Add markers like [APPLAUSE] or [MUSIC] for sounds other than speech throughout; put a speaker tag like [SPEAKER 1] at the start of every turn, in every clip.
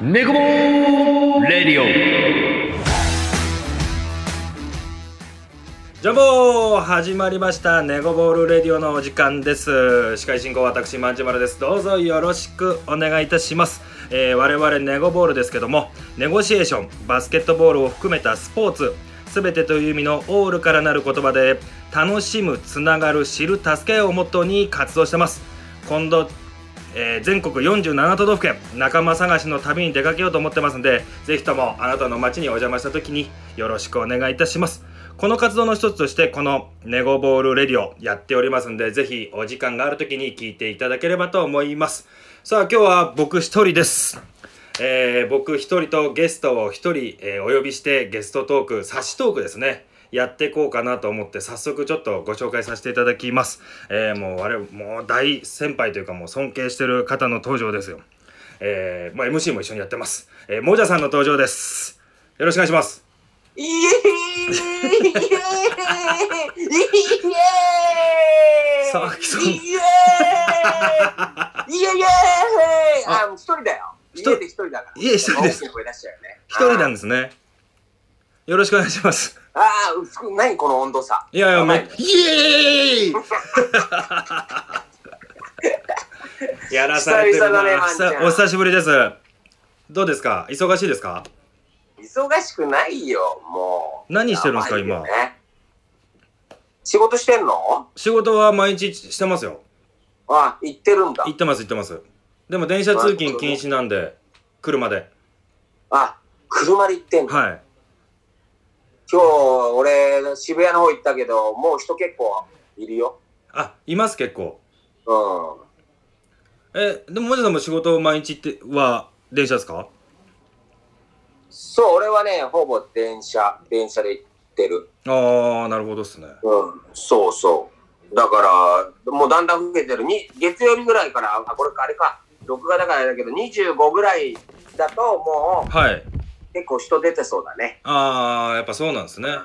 [SPEAKER 1] ネコボーレディオ
[SPEAKER 2] ジャンボー始まりましたネゴボールレディオのお時間です司会進行は私マンジマルですどうぞよろしくお願いいたします、えー我々ネゴボールですけどもネゴシエーションバスケットボールを含めたスポーツすべてという意味のオールからなる言葉で楽しむつながる知る助け合うをモットーに活動してます今度えー全国47都道府県仲間探しの旅に出かけようと思ってますんでぜひともあなたの街にお邪魔した時によろしくお願いいたしますこの活動の一つとしてこのネゴボールレディオやっておりますんでぜひお時間がある時に聞いていただければと思いますさあ今日は僕一人ですえー僕一人とゲストを一人、えーお呼びしてゲストトーク差しトークですねやっていこうかなと思って早速ちょっとご紹介させていただきます、えーもうあれもう大先輩というかもう尊敬してる方の登場ですよえーまあ MC も一緒にやってます、えー、もじゃさんの登場ですよろしくお願いします
[SPEAKER 3] イエーイイエーイイエーイ
[SPEAKER 2] さっきその
[SPEAKER 3] イエーイイエーイあ、もう一人だよ。
[SPEAKER 2] 一人
[SPEAKER 3] 家で一人だから。
[SPEAKER 2] 家一人です
[SPEAKER 3] 大きな声出しちゃうよね。
[SPEAKER 2] 一人なん
[SPEAKER 3] で
[SPEAKER 2] ですね。よろしくお願いします。
[SPEAKER 3] あーあー、薄く、何この温度差。
[SPEAKER 2] いやいや、め
[SPEAKER 3] 甘
[SPEAKER 2] イエーイ
[SPEAKER 3] [LAUGHS]
[SPEAKER 2] やらされてる
[SPEAKER 3] 久々だね
[SPEAKER 2] な。
[SPEAKER 3] ワンちゃん
[SPEAKER 2] さお久しぶりです。どうですか忙しいですか
[SPEAKER 3] 忙しくないよ、もう。
[SPEAKER 2] 何してるんですか
[SPEAKER 3] やばいよね
[SPEAKER 2] 今。
[SPEAKER 3] 仕事してんの
[SPEAKER 2] 仕事は毎日してますよ。
[SPEAKER 3] あ、行ってるんだ
[SPEAKER 2] 行。ってます行ってます。でも電車通勤禁止なんで、車で。
[SPEAKER 3] あ、車で行ってんの。
[SPEAKER 2] はい。
[SPEAKER 3] 今日、俺、渋谷の方行ったけど、もう人結構いるよ。
[SPEAKER 2] あ、います結構。
[SPEAKER 3] うん。
[SPEAKER 2] え、でももじさんも仕事毎日っては電車ですか
[SPEAKER 3] そう、俺はね、ほぼ電車、電車で行ってる。
[SPEAKER 2] あー、なるほどっすね。
[SPEAKER 3] うん、そうそう。だから、もうだんだん増えてる。に月曜日ぐらいから、あ、これか、あれか、録画だからだけど、25ぐらいだと、も
[SPEAKER 2] はい。
[SPEAKER 3] う結構人出てそうだね。
[SPEAKER 2] あー、やっぱそうなんですね。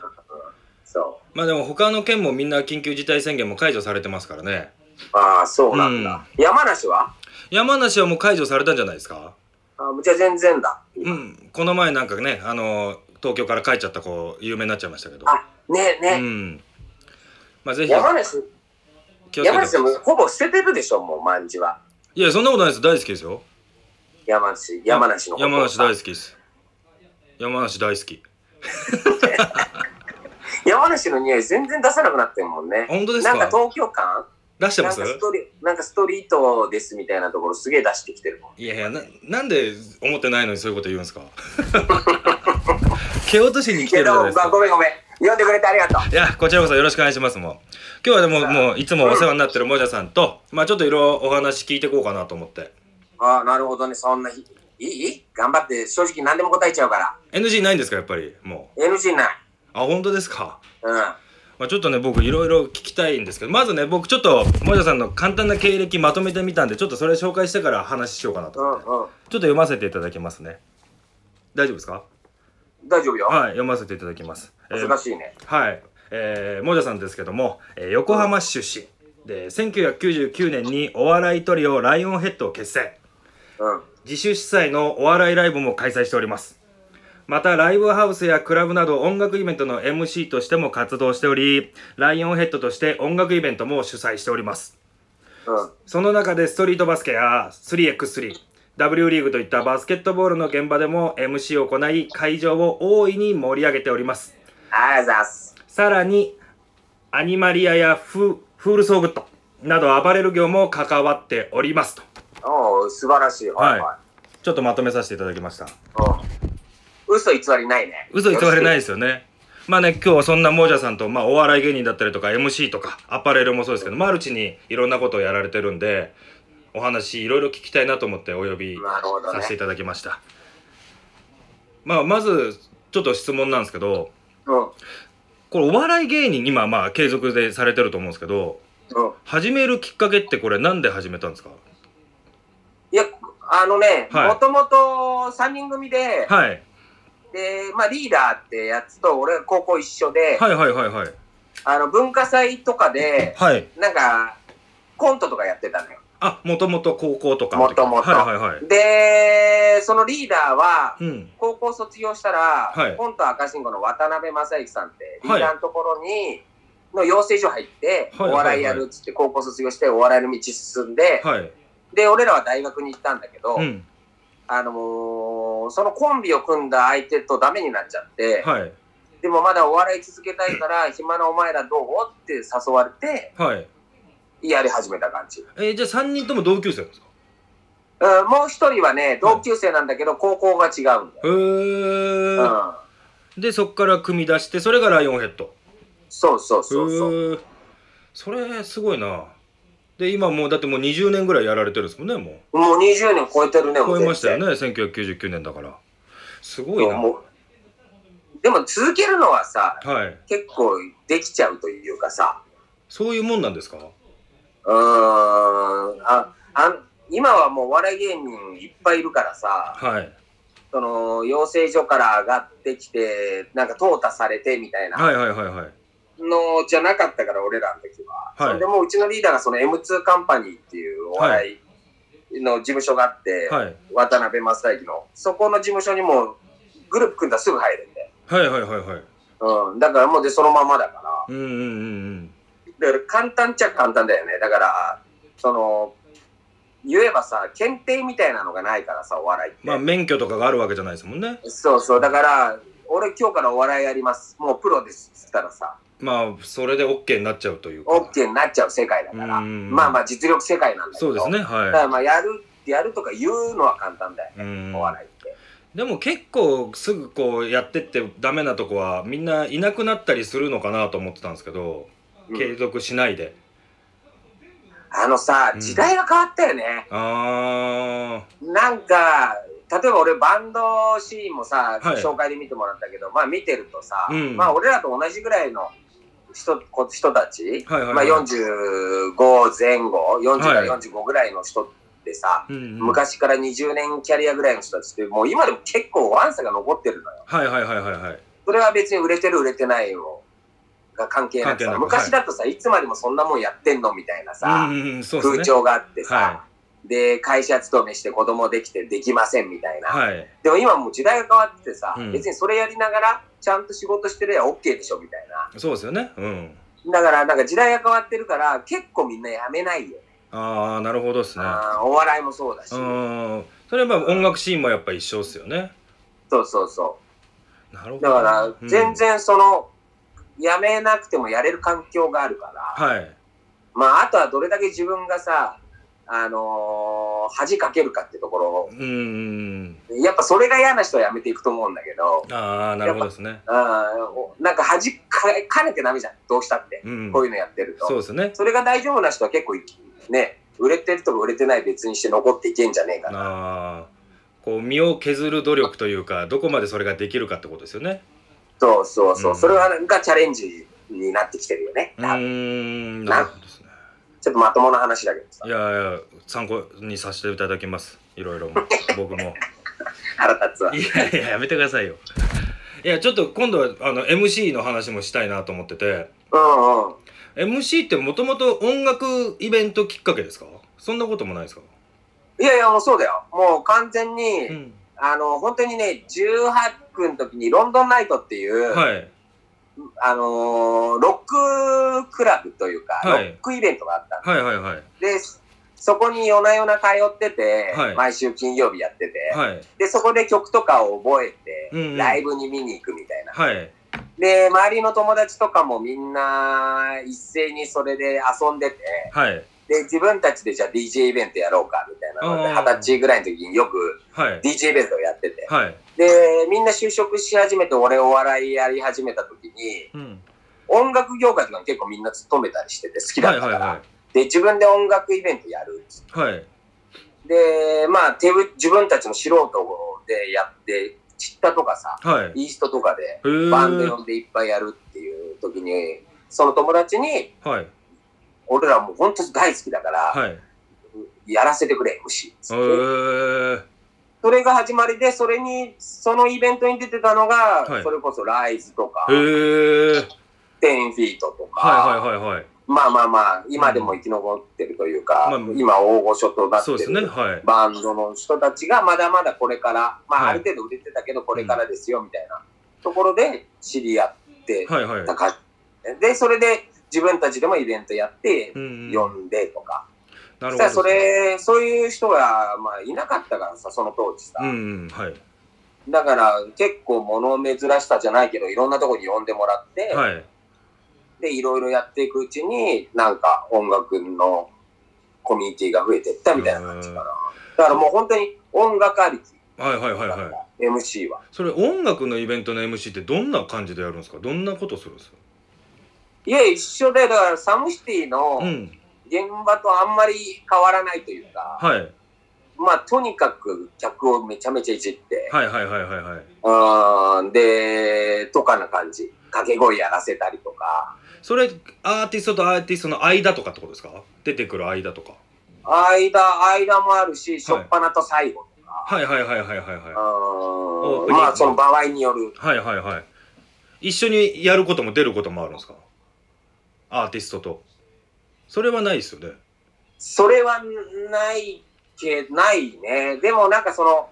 [SPEAKER 3] そ
[SPEAKER 2] まあでも他の県もみんな緊急事態宣言も解除されてますからね。
[SPEAKER 3] う。ああ、そうなんだ。山梨は
[SPEAKER 2] 山梨はもう解除されたんじゃないですか
[SPEAKER 3] あじゃあ全然だ。
[SPEAKER 2] うん。この前なんかね、あの、東京から帰っちゃった子、有名になっちゃいましたけど。
[SPEAKER 3] あ、ねえ
[SPEAKER 2] う
[SPEAKER 3] ね
[SPEAKER 2] ん。まあぜ
[SPEAKER 3] え、
[SPEAKER 2] ひ
[SPEAKER 3] 山梨、
[SPEAKER 2] 気をつけ
[SPEAKER 3] 山梨で
[SPEAKER 2] て。
[SPEAKER 3] もほぼ捨ててるでしょ、もう、まんじは。
[SPEAKER 2] いや、そんなことないです。大好きですよ。
[SPEAKER 3] 山梨、山梨のこと
[SPEAKER 2] 山梨大好きです。山梨大好き。
[SPEAKER 3] 山梨の匂い全然出さなくなってるもんね。
[SPEAKER 2] 本当ですか
[SPEAKER 3] なんか東京感
[SPEAKER 2] 出してま
[SPEAKER 3] なん
[SPEAKER 2] す
[SPEAKER 3] かストリなんかストリートですみたいなところすげえ出してきてるもん。
[SPEAKER 2] いやいやな、なんで思ってないのにそういうこと言うんですか [LAUGHS] 蹴落としに来て
[SPEAKER 3] け
[SPEAKER 2] るじゃない
[SPEAKER 3] ど、
[SPEAKER 2] ですか
[SPEAKER 3] まあ、。ごめんごめん。呼んでくれてありがとう。
[SPEAKER 2] いや、こちらこそよろしくお願いしますもん。今日はでも、
[SPEAKER 3] さあ
[SPEAKER 2] もういつもお世話になってるもじゃさんと、まあちょっといろいろお話聞いていこうかなと思って。
[SPEAKER 3] ああ、なるほどね。そんな日。いい頑張って、正直何でも答えちゃうから。
[SPEAKER 2] NG ないんですか、やっぱり、も
[SPEAKER 3] NG ない。
[SPEAKER 2] う。あ、本当ですか。
[SPEAKER 3] うん。
[SPEAKER 2] まあちょっとね、僕いろいろ聞きたいんですけど、まずね、僕ちょっと、もじゃさんの簡単な経歴まとめてみたんで、ちょっとそれ紹介してから話しようかなと。ちょっ
[SPEAKER 3] うんうん。
[SPEAKER 2] と読ませていただきますね。大丈夫ですか
[SPEAKER 3] 大丈夫よ。
[SPEAKER 2] はい、読ませていただきます。えー
[SPEAKER 3] 難しいね。
[SPEAKER 2] はい、えー、もじゃさんですけども、えー横浜市出身で1999年にお笑いトリオライオンヘッドを結成
[SPEAKER 3] うん。
[SPEAKER 2] 自主主催のお笑いライブも開催しておりますまたライブハウスやクラブなど音楽イベントの MC としても活動しておりライオンヘッドとして音楽イベントも主催しております
[SPEAKER 3] うん。
[SPEAKER 2] その中でストリートバスケや 3x3W リーグといったバスケットボールの現場でも MC を行い会場を大いに盛り上げております
[SPEAKER 3] あざっす。
[SPEAKER 2] さらに、アニマリアやフフールソーグッドなど暴れる業も関わっておりますと。
[SPEAKER 3] おう素晴らしい。
[SPEAKER 2] はい
[SPEAKER 3] は
[SPEAKER 2] ちょっとまとめさせていただきました。
[SPEAKER 3] い。うん。嘘偽りないね。
[SPEAKER 2] 嘘偽れない
[SPEAKER 3] い。
[SPEAKER 2] ですよね。まあね、今日はそんなモージャさんと、まあお笑い芸人だったりとか MC とかアパレルもそうですけど、マルチにいろんなことをやられてるんで、お話いろいろ聞きたいなと思ってお呼び
[SPEAKER 3] なるほど
[SPEAKER 2] さ
[SPEAKER 3] ね
[SPEAKER 2] せてい。ただきました。まあまず、ちょっと質問なんですけど、
[SPEAKER 3] うん。
[SPEAKER 2] これお笑い芸人今まあ継続でされてると思うんですけど、
[SPEAKER 3] うん。
[SPEAKER 2] 始めるきっかけってこれなんで始めたんですか
[SPEAKER 3] いや、あのね、
[SPEAKER 2] はい
[SPEAKER 3] もともと3人組で、
[SPEAKER 2] はい
[SPEAKER 3] で、まあ、リーダーってやつと俺高校一緒で、
[SPEAKER 2] はいはいはいはい
[SPEAKER 3] あの文化祭とかで
[SPEAKER 2] はい
[SPEAKER 3] なんかコントとかやってたのよ
[SPEAKER 2] あ、もともと高校とかの
[SPEAKER 3] も
[SPEAKER 2] 時。
[SPEAKER 3] ともと。
[SPEAKER 2] はいはいはい。
[SPEAKER 3] で、そのリーダーは、
[SPEAKER 2] うん。
[SPEAKER 3] 高校卒業したら、
[SPEAKER 2] はい
[SPEAKER 3] コント赤信号の渡辺正行さんって、リ
[SPEAKER 2] はい
[SPEAKER 3] ーダーのところに、の養成所入って、
[SPEAKER 2] はいはいはい
[SPEAKER 3] お笑いやるっつって、高校卒業して、お笑いの道進んで、
[SPEAKER 2] はい。
[SPEAKER 3] で、俺らは大学に行ったんだけど、
[SPEAKER 2] うん。
[SPEAKER 3] あのーそのコンビを組んだ相手とダメになっちゃって、
[SPEAKER 2] はい。
[SPEAKER 3] でもまだお笑い続けたい
[SPEAKER 2] [LAUGHS]
[SPEAKER 3] から、暇なお前らどうって誘われて、
[SPEAKER 2] はい。
[SPEAKER 3] やり始めた感じ。
[SPEAKER 2] えーじゃあ3人とも同級生なんですか
[SPEAKER 3] うん、もう一人はね、同級生なんだけど、高校が違うんだよ。
[SPEAKER 2] へー。
[SPEAKER 3] うん。
[SPEAKER 2] で、そっから組み出して、それがライオンヘッド。
[SPEAKER 3] そうそうそうそう。
[SPEAKER 2] へー。それ、すごいな。で、今もう、だってもう20年ぐらいやられてるんですもんね、もう。
[SPEAKER 3] もう20年超えてるね、も
[SPEAKER 2] 超
[SPEAKER 3] う
[SPEAKER 2] えましたよ
[SPEAKER 3] ね。
[SPEAKER 2] ね、1999年だから。すごい
[SPEAKER 3] そう
[SPEAKER 2] な。
[SPEAKER 3] もうでも続けるのはさ、
[SPEAKER 2] はい。
[SPEAKER 3] 結構できちゃうというかさ、
[SPEAKER 2] そういうもんなんですか
[SPEAKER 3] うーん、あ、あん今はもうお笑い芸人いっぱいいるからさ、
[SPEAKER 2] はい。
[SPEAKER 3] その、養成所から上がってきて、なんか淘汰されてみたいな
[SPEAKER 2] はいはいはいはい。
[SPEAKER 3] のじゃなかったから、俺らの時は。
[SPEAKER 2] はい
[SPEAKER 3] でもううちのリーダーがその M2 カンパニーっていうお笑いの事務所があって、
[SPEAKER 2] はい。
[SPEAKER 3] 渡辺正行の。そこの事務所にもグループ組んだらすぐ入るんで。
[SPEAKER 2] はいはいはいはい。
[SPEAKER 3] うん。だからもうでそのままだか
[SPEAKER 2] うんうんうん
[SPEAKER 3] ら。だから簡単っちゃ簡単だよね。だから、その、言えばさ、検定みたいなのがないからさ、お笑いって。
[SPEAKER 2] まあ免許とかがあるわけじゃないですもんね。
[SPEAKER 3] そうそう。だから、俺今日からお笑いやります。もうプロです。っつったらさ、
[SPEAKER 2] まあそれで OK になっちゃうというか。
[SPEAKER 3] OK になっちゃう世界だから。
[SPEAKER 2] うん
[SPEAKER 3] まあまあ実力世界なんだけ
[SPEAKER 2] そ
[SPEAKER 3] ど。
[SPEAKER 2] うですね。
[SPEAKER 3] だか
[SPEAKER 2] は
[SPEAKER 3] らまあやる、やるとか言うのは簡単だよ
[SPEAKER 2] い。うん
[SPEAKER 3] ね。お笑いって。
[SPEAKER 2] でも結構すぐこうやってってダメなとこはみんないなくなったりするのかなと思ってたんですけど
[SPEAKER 3] うん
[SPEAKER 2] 継続しないで、
[SPEAKER 3] あのさ
[SPEAKER 2] う、ん
[SPEAKER 3] 時代が変わったよね。
[SPEAKER 2] あ
[SPEAKER 3] なんか、例えば俺バンドシーンもさ、
[SPEAKER 2] はい
[SPEAKER 3] 紹介で見てもらったけど、まあ見てるとさ、
[SPEAKER 2] うん
[SPEAKER 3] まあ俺らと同じぐらいの人こ人たち、
[SPEAKER 2] はいはいはい
[SPEAKER 3] まあ45前後、40か
[SPEAKER 2] はい
[SPEAKER 3] ら45ぐらいの人ってさ、
[SPEAKER 2] ー、うんうん、
[SPEAKER 3] 昔から20年キャリアぐらいの人たちって、もう今でも結構ワンサが残ってるのよ。
[SPEAKER 2] はいはいはいはいはい
[SPEAKER 3] それは別に売れてる売れてないを。が関係な
[SPEAKER 2] 関
[SPEAKER 3] く
[SPEAKER 2] 係
[SPEAKER 3] さ
[SPEAKER 2] なくは
[SPEAKER 3] 昔
[SPEAKER 2] い
[SPEAKER 3] だとさ、い、つまでもそんなもんやってんのみたいなさ、
[SPEAKER 2] うんうんうんそう
[SPEAKER 3] 風
[SPEAKER 2] ですね
[SPEAKER 3] 潮があってさ、
[SPEAKER 2] は
[SPEAKER 3] で、会社勤めして子供できてできませんみたいな。
[SPEAKER 2] はい
[SPEAKER 3] でも今もう時代が変わっててさ、
[SPEAKER 2] うん
[SPEAKER 3] 別にそれやりながら、ちゃんと仕事してりゃ OK でしょみたいな。
[SPEAKER 2] そうですよねうん
[SPEAKER 3] だからなんか時代が変わってるから、結構みんなやめないよ。
[SPEAKER 2] ああなるほどですね
[SPEAKER 3] あーお笑いもそうだし。
[SPEAKER 2] うんそれはまあ音楽シーンもやっぱ一緒ですよね
[SPEAKER 3] そうそうそ
[SPEAKER 2] なるほ
[SPEAKER 3] う。
[SPEAKER 2] ど
[SPEAKER 3] だか
[SPEAKER 2] う
[SPEAKER 3] ら、
[SPEAKER 2] ん
[SPEAKER 3] 全然その、やめなくてもやれる環境があるから、
[SPEAKER 2] はい
[SPEAKER 3] まああとはどれだけ自分がさ、あのー恥かけるかってとこ
[SPEAKER 2] うんうん
[SPEAKER 3] ろ、やっぱそれが嫌な人はやめていくと思うんだけど、
[SPEAKER 2] ああなるほどですね
[SPEAKER 3] あーおなんか恥かかねてダメじゃん。どうしたって。
[SPEAKER 2] うん
[SPEAKER 3] こういうのやってると。
[SPEAKER 2] そうですね
[SPEAKER 3] それが大丈夫な人は結構いね、売れてるとか売れてない別にして残っていけんじゃねえかな。
[SPEAKER 2] あーこう身を削る努力というかどこまでそれができるかってことですよね
[SPEAKER 3] そうそうそう。
[SPEAKER 2] うん
[SPEAKER 3] それはなんかチャレンジになってきてるよね。
[SPEAKER 2] うーんなるほどですね
[SPEAKER 3] ちょっとまともな話だけどさ
[SPEAKER 2] い。やいや参考にさせていただきますいろいろも僕
[SPEAKER 3] [LAUGHS]
[SPEAKER 2] も
[SPEAKER 3] 腹立つわ。
[SPEAKER 2] いやいややめてくださいよいやちょっと今度はあの MC の話もしたいなと思ってて
[SPEAKER 3] うんうん。
[SPEAKER 2] MC ってもともと音楽イベントきっかけですかそんなこともないですか
[SPEAKER 3] いやいや、もうそうだよ。もう完全に、
[SPEAKER 2] うん
[SPEAKER 3] あの、本当にね、18区の時にロンドンナイトっていう、
[SPEAKER 2] はい
[SPEAKER 3] あのーロッククラブというか、
[SPEAKER 2] はい
[SPEAKER 3] ロックイベントがあったの
[SPEAKER 2] はいはいはい
[SPEAKER 3] で、そこに夜な夜な通ってて、
[SPEAKER 2] はい
[SPEAKER 3] 毎週金曜日やってて、
[SPEAKER 2] はい
[SPEAKER 3] で、そこで曲とかを覚えて、
[SPEAKER 2] うんうん
[SPEAKER 3] ライブに見に行くみたいな。
[SPEAKER 2] はい
[SPEAKER 3] で、周りの友達とかもみんな一斉にそれで遊んでて、
[SPEAKER 2] はい
[SPEAKER 3] で、自分たちでじゃあ DJ イベントやろうかみたいなので、
[SPEAKER 2] あー
[SPEAKER 3] 二十歳ぐらいの時によく
[SPEAKER 2] はい
[SPEAKER 3] DJ イベントをやってて、
[SPEAKER 2] はい
[SPEAKER 3] で、みんな就職し始めて俺お笑いやり始めた時に、
[SPEAKER 2] うん
[SPEAKER 3] 音楽業界とかに結構みんな勤めたりしてて好きだ
[SPEAKER 2] は
[SPEAKER 3] っ
[SPEAKER 2] い
[SPEAKER 3] たか
[SPEAKER 2] はい
[SPEAKER 3] ら、
[SPEAKER 2] は
[SPEAKER 3] で、自分で音楽イベントやるっつって
[SPEAKER 2] いはい
[SPEAKER 3] で、まあ手ぶ、自分たちの素人でやって、チッタとかさ、
[SPEAKER 2] はい
[SPEAKER 3] イーストとかで
[SPEAKER 2] へー
[SPEAKER 3] バンド呼んでいっぱいやるっていう時に、その友達に、
[SPEAKER 2] はい
[SPEAKER 3] 俺らもう本当に大好きだから、
[SPEAKER 2] はい
[SPEAKER 3] やらせてくれ、MC っつ
[SPEAKER 2] え
[SPEAKER 3] って。
[SPEAKER 2] ー、
[SPEAKER 3] それが始まりで、それに、そのイベントに出てたのが、
[SPEAKER 2] はい
[SPEAKER 3] それこそライズとか、
[SPEAKER 2] えー、
[SPEAKER 3] テンフィートとか、
[SPEAKER 2] はいはいはいはい
[SPEAKER 3] まあまあまあ、今でも生き残ってるというか、
[SPEAKER 2] まあ
[SPEAKER 3] 今大御所となっ
[SPEAKER 2] そうで
[SPEAKER 3] て
[SPEAKER 2] すね。
[SPEAKER 3] る
[SPEAKER 2] はい。
[SPEAKER 3] バンドの人たちがまだまだこれから、まあ
[SPEAKER 2] は
[SPEAKER 3] あ
[SPEAKER 2] い
[SPEAKER 3] る程度売れてたけどこれからですよみたいなところで知り合って
[SPEAKER 2] はいはい。
[SPEAKER 3] た感じ。で、それで自分たちでもイベントやって
[SPEAKER 2] う、んうん。
[SPEAKER 3] 呼んでとか。
[SPEAKER 2] な
[SPEAKER 3] そ
[SPEAKER 2] るほ
[SPEAKER 3] し
[SPEAKER 2] ど。
[SPEAKER 3] たらそれ、そういう人がまあいなかったからさ、その当時さ
[SPEAKER 2] う。んうん。はい。
[SPEAKER 3] だから結構物珍しさじゃないけど、いろんなとこに呼んでもらって、
[SPEAKER 2] はい。
[SPEAKER 3] で、いろいろやっていくうちに、なんか音楽のコミュニティが増えていったみたいな感じかな。だからもう本当に音楽ありき
[SPEAKER 2] はいはいはい
[SPEAKER 3] だか
[SPEAKER 2] はい。
[SPEAKER 3] ら、MC は。
[SPEAKER 2] それ音楽のイベントの MC ってどんな感じでやるんですかどんなことするんですか
[SPEAKER 3] いや、一緒で、だからサムシティの
[SPEAKER 2] うん。
[SPEAKER 3] 現場とあんまり変わらないというか、
[SPEAKER 2] はい。
[SPEAKER 3] まあとにかく客をめちゃめちゃいじって、
[SPEAKER 2] はいはいはいはいはい。
[SPEAKER 3] うーん、で、とかな感じ。掛け声やらせたりとか、
[SPEAKER 2] それ、アーティストとアーティストの間とかってことですか出てくる間とか。
[SPEAKER 3] 間、間もあるし、初っ端と最後とか、
[SPEAKER 2] はいはいはいはいはいはい。オープニン
[SPEAKER 3] うーん、
[SPEAKER 2] グ
[SPEAKER 3] まあその場合による。
[SPEAKER 2] はいはいはい一緒にやることも出ることもあるんですかアーティストとそれはないですよね
[SPEAKER 3] それはないけ、ないね。でもなんかその、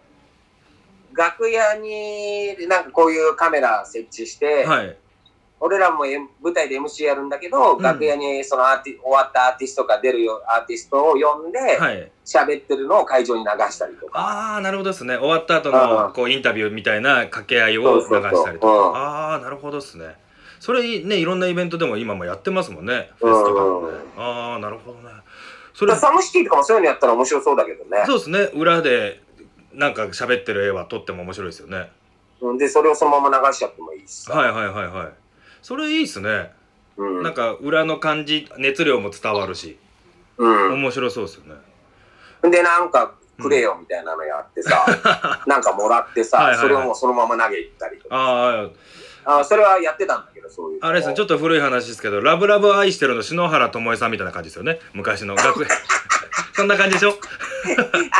[SPEAKER 3] 楽屋になんかこういうカメラ設置して、
[SPEAKER 2] はい
[SPEAKER 3] 俺らも M- 舞台で MC やるんだけど、
[SPEAKER 2] うん
[SPEAKER 3] 楽屋にそのアーティ終わったアーティストが出るよアーティストを呼んで、
[SPEAKER 2] はい
[SPEAKER 3] 喋、ってるのを会場に流したりとか。
[SPEAKER 2] ああなるほどですね終わった後
[SPEAKER 3] あ
[SPEAKER 2] の
[SPEAKER 3] ー
[SPEAKER 2] こうインタビューみたいな掛け合いを流したりと
[SPEAKER 3] うん
[SPEAKER 2] かああなるほどですねそれねいろんなイベントでも今もやってますもんねフ
[SPEAKER 3] う
[SPEAKER 2] ェ
[SPEAKER 3] ん
[SPEAKER 2] スとかもねああなるほどねそ
[SPEAKER 3] [LAUGHS] だか
[SPEAKER 2] れ
[SPEAKER 3] らサムシティとかもそういうのやったら面白そうだけどね。
[SPEAKER 2] そうですね裏でなんか喋ってる絵は撮っても面白いですよね
[SPEAKER 3] うんで、それをそのまま流しちゃってもいいしさ。
[SPEAKER 2] はいはいはいはいそれいいっすね
[SPEAKER 3] うん
[SPEAKER 2] なんか裏の感じ熱量も伝わるし
[SPEAKER 3] うん
[SPEAKER 2] 面白そうですよね
[SPEAKER 3] で、なんか、くれよみたいなのやってさ、なんかもらってさ、
[SPEAKER 2] はいはいはい
[SPEAKER 3] それをもうそのまま投げ行ったりとか。
[SPEAKER 2] あ
[SPEAKER 3] あそれはやってたんだけど、そういう
[SPEAKER 2] あ
[SPEAKER 3] の。
[SPEAKER 2] あれですねちょっと古い話ですけど「ラブラブ愛してる」の篠原ともえさんみたいな感じですよね昔の学園 [LAUGHS] そんな感じでしょ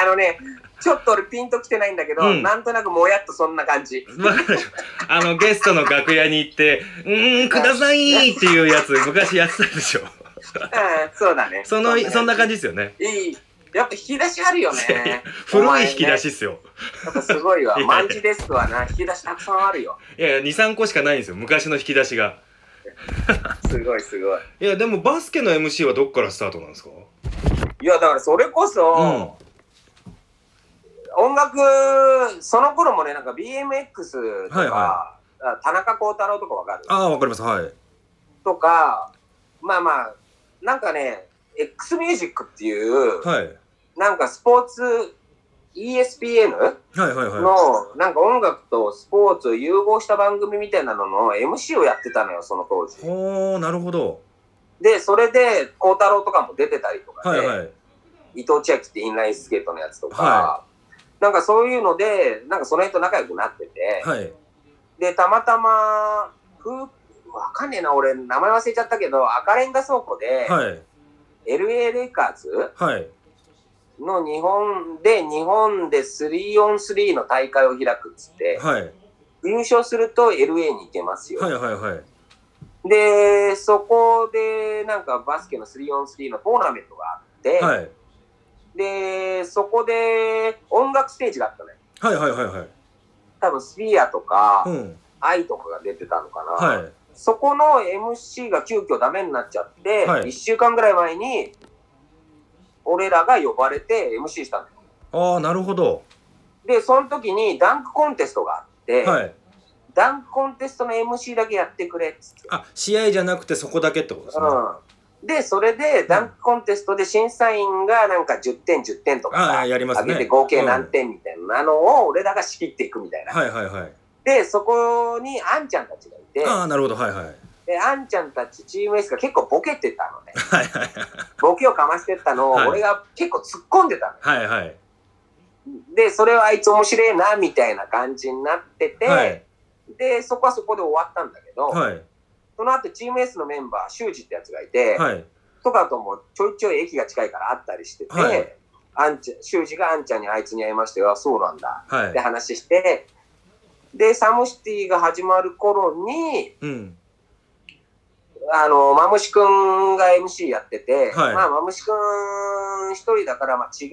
[SPEAKER 3] あのね、ちょっと俺ピンときてないんだけど、
[SPEAKER 2] うん
[SPEAKER 3] なんとなくもやっとそんな
[SPEAKER 2] [LAUGHS]
[SPEAKER 3] 感じ。
[SPEAKER 2] わかるでしょあのゲストの楽屋に行って「うーんください」っていうやつ昔やってたでしょ
[SPEAKER 3] うん、そうだね。
[SPEAKER 2] その
[SPEAKER 3] うだね
[SPEAKER 2] そんな感じですよね
[SPEAKER 3] いい。やっぱ引き出しあるよね。
[SPEAKER 2] 古
[SPEAKER 3] お前
[SPEAKER 2] い
[SPEAKER 3] ね
[SPEAKER 2] 引き出。しっすよ、
[SPEAKER 3] やっぱすごいわ
[SPEAKER 2] いやい。や
[SPEAKER 3] マンチですわな。引き出したくさんあるよ。
[SPEAKER 2] いやいや23個しかないんですよ昔の引き出しが
[SPEAKER 3] すごいすごい。
[SPEAKER 2] いやでもバスケの MC はどっからスタートなんですか
[SPEAKER 3] いや、だからそれこそ、音楽、その頃もね、なんか BMX とか、
[SPEAKER 2] はいは
[SPEAKER 3] あ田中幸太郎とかわかる
[SPEAKER 2] ああわかりますはい
[SPEAKER 3] とか、まあまあ、なんかね、X ミュージックっていう、
[SPEAKER 2] はい
[SPEAKER 3] なんかスポーツ ESPN
[SPEAKER 2] はいはいはい
[SPEAKER 3] の、なんか音楽とスポーツを融合した番組みたいなのの MC をやってたのよ、その当時。
[SPEAKER 2] おーなるほど
[SPEAKER 3] で、それで、孝太郎とかも出てたりとか
[SPEAKER 2] はい
[SPEAKER 3] ね、
[SPEAKER 2] はい
[SPEAKER 3] 伊藤千秋ってインラインスケートのやつとか、
[SPEAKER 2] は
[SPEAKER 3] なんかそういうので、なんかその辺と仲良くなってて、
[SPEAKER 2] はい
[SPEAKER 3] で、たまたま、ふわかんねえな、俺、名前忘れちゃったけど、赤レンガ倉庫で、
[SPEAKER 2] はい
[SPEAKER 3] LA レイカーズ、
[SPEAKER 2] はい
[SPEAKER 3] の日本で、日本で 3on3 の大会を開くっつって、
[SPEAKER 2] はい
[SPEAKER 3] 優勝すると LA に行けますよ。
[SPEAKER 2] はいはいはい
[SPEAKER 3] で、そこでなんかバスケの 3on3 のトーナメントがあって、
[SPEAKER 2] はい
[SPEAKER 3] で、そこで音楽ステージがあったね。
[SPEAKER 2] はいはいはいはい
[SPEAKER 3] 多分スピアとか、
[SPEAKER 2] うん
[SPEAKER 3] アイとかが出てたのかな。
[SPEAKER 2] は
[SPEAKER 3] そこの MC が急遽ダメになっちゃって、一
[SPEAKER 2] はい
[SPEAKER 3] 1週間ぐらい前に、俺らが呼ばれて MC したのよ。
[SPEAKER 2] いああなるほど
[SPEAKER 3] で、その時にダンクコンテストがあって、
[SPEAKER 2] はい
[SPEAKER 3] ダンクコンテストの MC だけやってくれっつって。
[SPEAKER 2] あ試合じゃなくてそこだけってことですねあ
[SPEAKER 3] うん、で、それでダンクコンテストで審査員がなんか10点、10点とか
[SPEAKER 2] あ
[SPEAKER 3] さ
[SPEAKER 2] ーやります
[SPEAKER 3] 上げて
[SPEAKER 2] ね
[SPEAKER 3] 合計何点みたいなのを俺らが仕切っていくみたいな。
[SPEAKER 2] はいはいはい
[SPEAKER 3] で、そこにあんちゃんたちがいて、
[SPEAKER 2] ああなるほどはいはい
[SPEAKER 3] で、あんちゃんたちチーム S が結構ボケてたの
[SPEAKER 2] [LAUGHS]
[SPEAKER 3] ね。
[SPEAKER 2] はいはい
[SPEAKER 3] ボケをかましてったのを
[SPEAKER 2] はい
[SPEAKER 3] 俺が結構突っ込んでたの。
[SPEAKER 2] はいはい
[SPEAKER 3] で、それはあいつ面白いな、みたいな感じになってて、
[SPEAKER 2] はい
[SPEAKER 3] で、そこはそこで終わったんだけど、
[SPEAKER 2] はい
[SPEAKER 3] その後チーム S のメンバー、修二ってやつがいて、
[SPEAKER 2] はい
[SPEAKER 3] とかともちょいちょい駅が近いから会ったりしてて、
[SPEAKER 2] はい
[SPEAKER 3] あんちゃん、修二があんちゃんにあいつに会いましたよ、あそうなんだ
[SPEAKER 2] は
[SPEAKER 3] って
[SPEAKER 2] い
[SPEAKER 3] 話して、で、サムシティが始まる頃に、
[SPEAKER 2] うん
[SPEAKER 3] あの、マムシくんが MC やってて、
[SPEAKER 2] はい
[SPEAKER 3] まあ、マムシくん一人だから、まあ、違う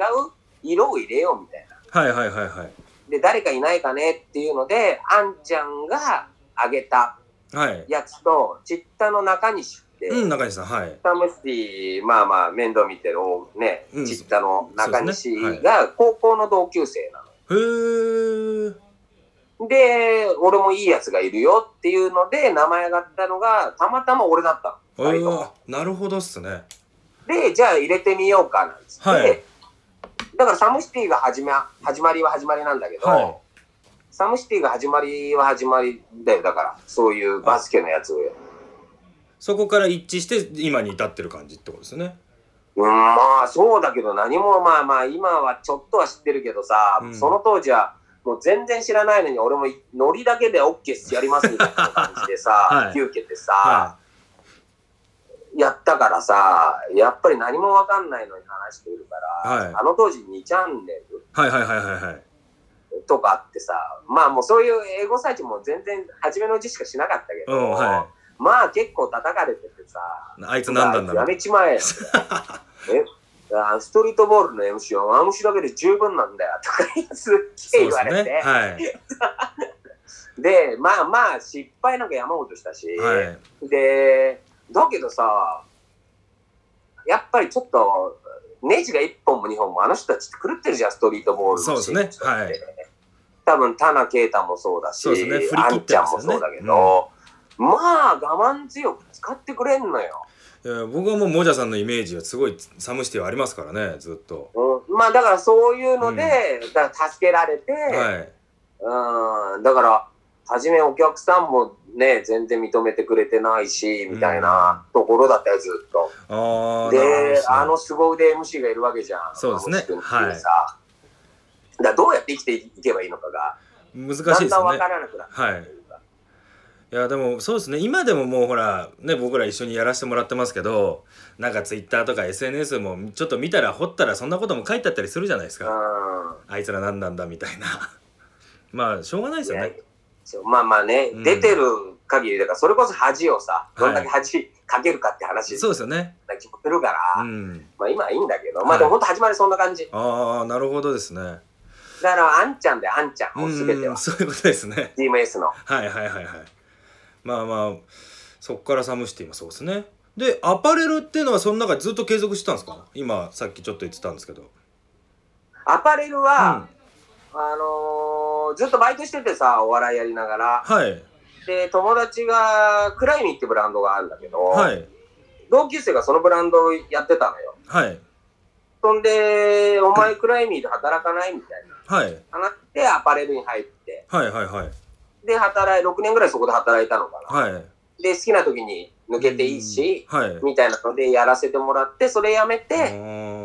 [SPEAKER 3] 色を入れようみたいな。
[SPEAKER 2] はいはいはいはい
[SPEAKER 3] で、誰かいないかねっていうので、あんちゃんがあげた
[SPEAKER 2] はい
[SPEAKER 3] やつと、ちったの中西って、
[SPEAKER 2] うん中西さんはい
[SPEAKER 3] タムシティ、まあまあ、面倒見てる、ね
[SPEAKER 2] う、ん
[SPEAKER 3] ちったの中西
[SPEAKER 2] そうですね
[SPEAKER 3] が高校の同級生なの。
[SPEAKER 2] へー
[SPEAKER 3] で、俺もいいやつがいるよっていうので、名前があったのが、たまたま俺だった
[SPEAKER 2] あ
[SPEAKER 3] の。二人とも
[SPEAKER 2] ーなるほどっすね
[SPEAKER 3] で、じゃあ入れてみようかなんつって、
[SPEAKER 2] はい
[SPEAKER 3] だからサムシティが始ま始まりは始まりなんだけど、
[SPEAKER 2] は
[SPEAKER 3] サムシティが始まりは始まりだよ、だから、そういうバスケのやつを。
[SPEAKER 2] いそこから一致して今に至ってる感じってことですね
[SPEAKER 3] うん、まあそうだけど何もまあまあ今はちょっとは知ってるけどさ、
[SPEAKER 2] うん
[SPEAKER 3] その当時はもう全然知らないのに俺もノリだけで OK やりますみたいな感じでさ、
[SPEAKER 2] [LAUGHS] はい
[SPEAKER 3] 引き受けてさ、
[SPEAKER 2] は
[SPEAKER 3] やったからさ、やっぱり何もわかんないのに話してるから、
[SPEAKER 2] はい
[SPEAKER 3] あの当時2チャンネル
[SPEAKER 2] いはいはいはいはいはい
[SPEAKER 3] とかあってさ、まあもうそういう英語サイチも全然初めのうちしかしなかったけ
[SPEAKER 2] う
[SPEAKER 3] ど、
[SPEAKER 2] んは
[SPEAKER 3] まあ結構叩かれててさ、
[SPEAKER 2] いあいつ何なんだろ
[SPEAKER 3] や
[SPEAKER 2] う
[SPEAKER 3] めちま
[SPEAKER 2] [LAUGHS]
[SPEAKER 3] えよ。えあストリートボールの MC はマムシだけで十分なんだよ [LAUGHS] とかすっげえ
[SPEAKER 2] そう
[SPEAKER 3] 言
[SPEAKER 2] で
[SPEAKER 3] わ
[SPEAKER 2] す
[SPEAKER 3] れてで,、
[SPEAKER 2] ねはい
[SPEAKER 3] まあまあ失敗なんか山ほどしたし、
[SPEAKER 2] はい
[SPEAKER 3] でだけどさやっぱりちょっとネジが1本も2本もあの人たちって狂ってるじゃんストリートボール
[SPEAKER 2] そう
[SPEAKER 3] の
[SPEAKER 2] です
[SPEAKER 3] チ
[SPEAKER 2] ね
[SPEAKER 3] ームって
[SPEAKER 2] はい
[SPEAKER 3] 多分田名啓太もそうだし
[SPEAKER 2] そうですね振り切
[SPEAKER 3] あ
[SPEAKER 2] ってますよね
[SPEAKER 3] んちゃんもそうだけど、まあ我慢強く使ってくれんのよ。
[SPEAKER 2] いや僕はもうもじゃさんのイメージはすごいサムシティはありますからねずっと
[SPEAKER 3] うん、まあだからそういうので、だから助けられて、
[SPEAKER 2] はい
[SPEAKER 3] うん、だから初めお客さんもね全然認めてくれてないしみたいなところだったよずっと。
[SPEAKER 2] ああ
[SPEAKER 3] であの凄腕 MC がいるわけじゃん
[SPEAKER 2] そうですね
[SPEAKER 3] 山口君っていうさだからどうやって生きていけばいいのかが
[SPEAKER 2] 難しいで
[SPEAKER 3] だ
[SPEAKER 2] す
[SPEAKER 3] ん
[SPEAKER 2] ね
[SPEAKER 3] だん分からなくなって
[SPEAKER 2] はい
[SPEAKER 3] くるから
[SPEAKER 2] いやでもそうですね今でももうほらね僕ら一緒にやらせてもらってますけどなんかツイッターとか SNS もちょっと見たら掘ったらそんなことも書いてあったりするじゃないですかあいつら何なんだみたいな [LAUGHS] まあしょうがないですよね
[SPEAKER 3] ねそうまあまあね、
[SPEAKER 2] うん
[SPEAKER 3] 出てる限りだからそれこそ恥をさ
[SPEAKER 2] い
[SPEAKER 3] どんだけ恥かけるかって話
[SPEAKER 2] そうですよね
[SPEAKER 3] な気もするから、
[SPEAKER 2] うん
[SPEAKER 3] まあ今はいいんだけどまあで
[SPEAKER 2] は
[SPEAKER 3] も本当始まりそんな感じ
[SPEAKER 2] ああなるほどですね
[SPEAKER 3] だからあんちゃんであんちゃんもう全て
[SPEAKER 2] う
[SPEAKER 3] は
[SPEAKER 2] んそういうことですね
[SPEAKER 3] DMS の
[SPEAKER 2] はいはいはいはいまあまあそっからサムシティもそうですねでアパレルっていうのはその中でずっと継続してたんですか今さっきちょっと言ってたんですけど
[SPEAKER 3] アパレルは、あのーずっとバイトしててさ、お笑いやりながら。
[SPEAKER 2] うん、はい
[SPEAKER 3] で、友達が、クライミーってブランドがあるんだけど、
[SPEAKER 2] はい
[SPEAKER 3] 同級生がそのブランドをやってたのよ。
[SPEAKER 2] はい
[SPEAKER 3] そんで、お前クライミーで働かないみたいな
[SPEAKER 2] はい
[SPEAKER 3] 話で、アパレルに入って。
[SPEAKER 2] はいはいはい
[SPEAKER 3] で、働い、6年ぐらいそこで働いたのかな。
[SPEAKER 2] はい
[SPEAKER 3] で、好きな時に抜けていいし、
[SPEAKER 2] うんはい
[SPEAKER 3] みたいなのでやらせてもらって、それやめ
[SPEAKER 2] あ
[SPEAKER 3] て、
[SPEAKER 2] ー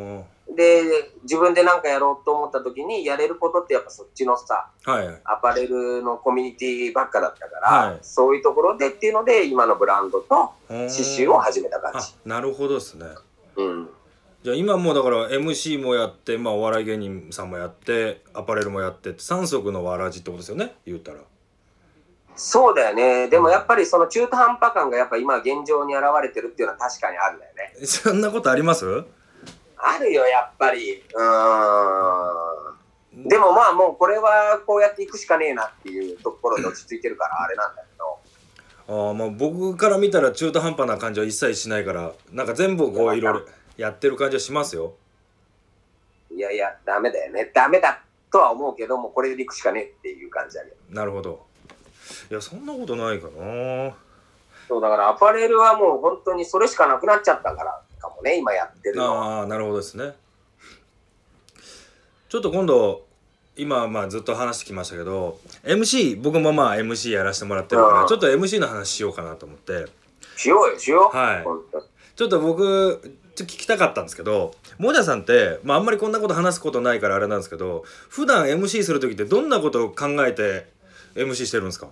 [SPEAKER 3] で、自分でなんかやろうと思った時に、やれることってやっぱそっちのさ、
[SPEAKER 2] はいはい
[SPEAKER 3] アパレルのコミュニティばっかだったから、
[SPEAKER 2] はい
[SPEAKER 3] そういうところでっていうので今のブランドと
[SPEAKER 2] 刺
[SPEAKER 3] 刺繍を始めた感
[SPEAKER 2] あ
[SPEAKER 3] じ。
[SPEAKER 2] なるほどですね
[SPEAKER 3] うん、
[SPEAKER 2] じゃあ今もうだから MC もやって、まあ、お笑い芸人さんもやってアパレルもやってって三足のわらじってことですよね言ったら
[SPEAKER 3] そうだよね。でもやっぱりその中途半端感がやっぱ今現状に現れてるっていうのは確かにあるんだよね。
[SPEAKER 2] えそんなことあります
[SPEAKER 3] あるよ、やっぱり。うーん。でもまあもうこれはこうやっていくしかねえなっていうところで落ち着いてるからあれなんだけど。
[SPEAKER 2] あーまあ僕から見たら中途半端な感じは一切しないからなんか全部こういろいろやってる感じはしますよ
[SPEAKER 3] いやいや、ダメだよね。ダメだとは思うけど、もうこれでいくしかねえっていう感じだね。
[SPEAKER 2] なるほどいやそんなことないかな
[SPEAKER 3] そうだからアパレルはもう本当にそれしかなくなっちゃったからかもね今やってるのは
[SPEAKER 2] ああなるほどですねちょっと今度今まあずっと話してきましたけど MC 僕もまあ MC やらせてもらってるか
[SPEAKER 3] う
[SPEAKER 2] ら
[SPEAKER 3] ん
[SPEAKER 2] ちょっと MC の話しようかなと思って
[SPEAKER 3] しようよしよう、
[SPEAKER 2] はい
[SPEAKER 3] 本当
[SPEAKER 2] ちょっと僕ちょっと聞きたかったんですけどもじゃさんって、まあ、あんまりこんなこと話すことないからあれなんですけど普段 MC する時ってどんなことを考えて MC してるんですか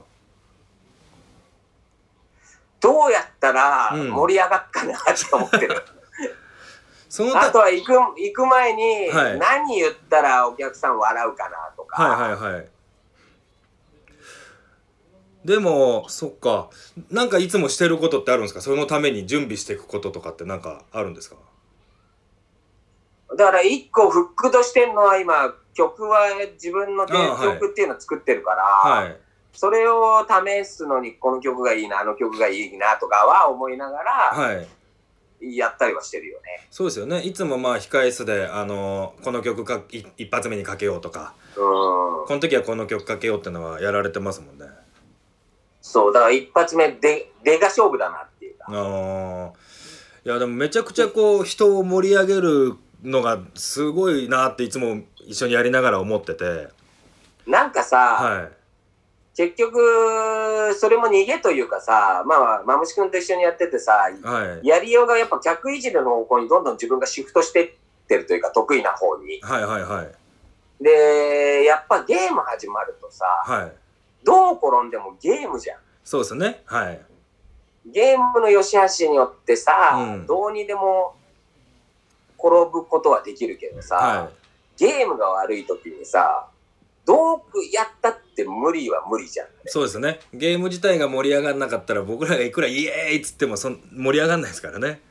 [SPEAKER 3] どうやったら
[SPEAKER 2] うん
[SPEAKER 3] 盛り上がっかなって
[SPEAKER 2] [LAUGHS]
[SPEAKER 3] 思ってる、
[SPEAKER 2] その
[SPEAKER 3] あ
[SPEAKER 2] た
[SPEAKER 3] とは行く行く前に
[SPEAKER 2] はい
[SPEAKER 3] 何言ったらお客さん笑うかなとか、
[SPEAKER 2] はいはいはいでもそっかなんかいつもしてることってあるんですかそのために準備していくこととかってなんかあるんですか
[SPEAKER 3] だから一個フックとしてんのは今、曲は自分の
[SPEAKER 2] あはい
[SPEAKER 3] 曲っていうのを作ってるから、
[SPEAKER 2] はい
[SPEAKER 3] それを試すのにこの曲がいいな、あの曲がいいなとかは思いながら
[SPEAKER 2] はい
[SPEAKER 3] やったりはしてるよね。
[SPEAKER 2] そうですよねいつもまあ控え室であのこの曲かい一発目にかけようとか
[SPEAKER 3] うん。
[SPEAKER 2] この時はこの曲かけようってのはやられてますもんね
[SPEAKER 3] そう、だから一発目で、出が勝負だなっていうか。
[SPEAKER 2] あのーいやでもめちゃくちゃこう人を盛り上げるのがすごいなっていつも一緒にやりながら思ってて
[SPEAKER 3] なんかさ、
[SPEAKER 2] は
[SPEAKER 3] 結局、それも逃げというかさ、まあまあ、まむし君と一緒にやっててさ、
[SPEAKER 2] いはい
[SPEAKER 3] やりようがやっぱ客いじるの方向にどんどん自分がシフトしてってるというか、得意な方に。
[SPEAKER 2] はいはいはい
[SPEAKER 3] で、やっぱゲーム始まるとさ、
[SPEAKER 2] はい
[SPEAKER 3] どう転んでもゲームじゃん。
[SPEAKER 2] そうですねはい
[SPEAKER 3] ゲームの良し悪しによってさ、
[SPEAKER 2] うん
[SPEAKER 3] どうにでも転ぶことはできるけどさ、
[SPEAKER 2] は
[SPEAKER 3] ゲームが悪い時にさ、どうやったって無理は無理じゃん。
[SPEAKER 2] いそうですねゲーム自体が盛り上がんなかったら僕らがいくらイエーイっつってもそん盛り上がんないですからね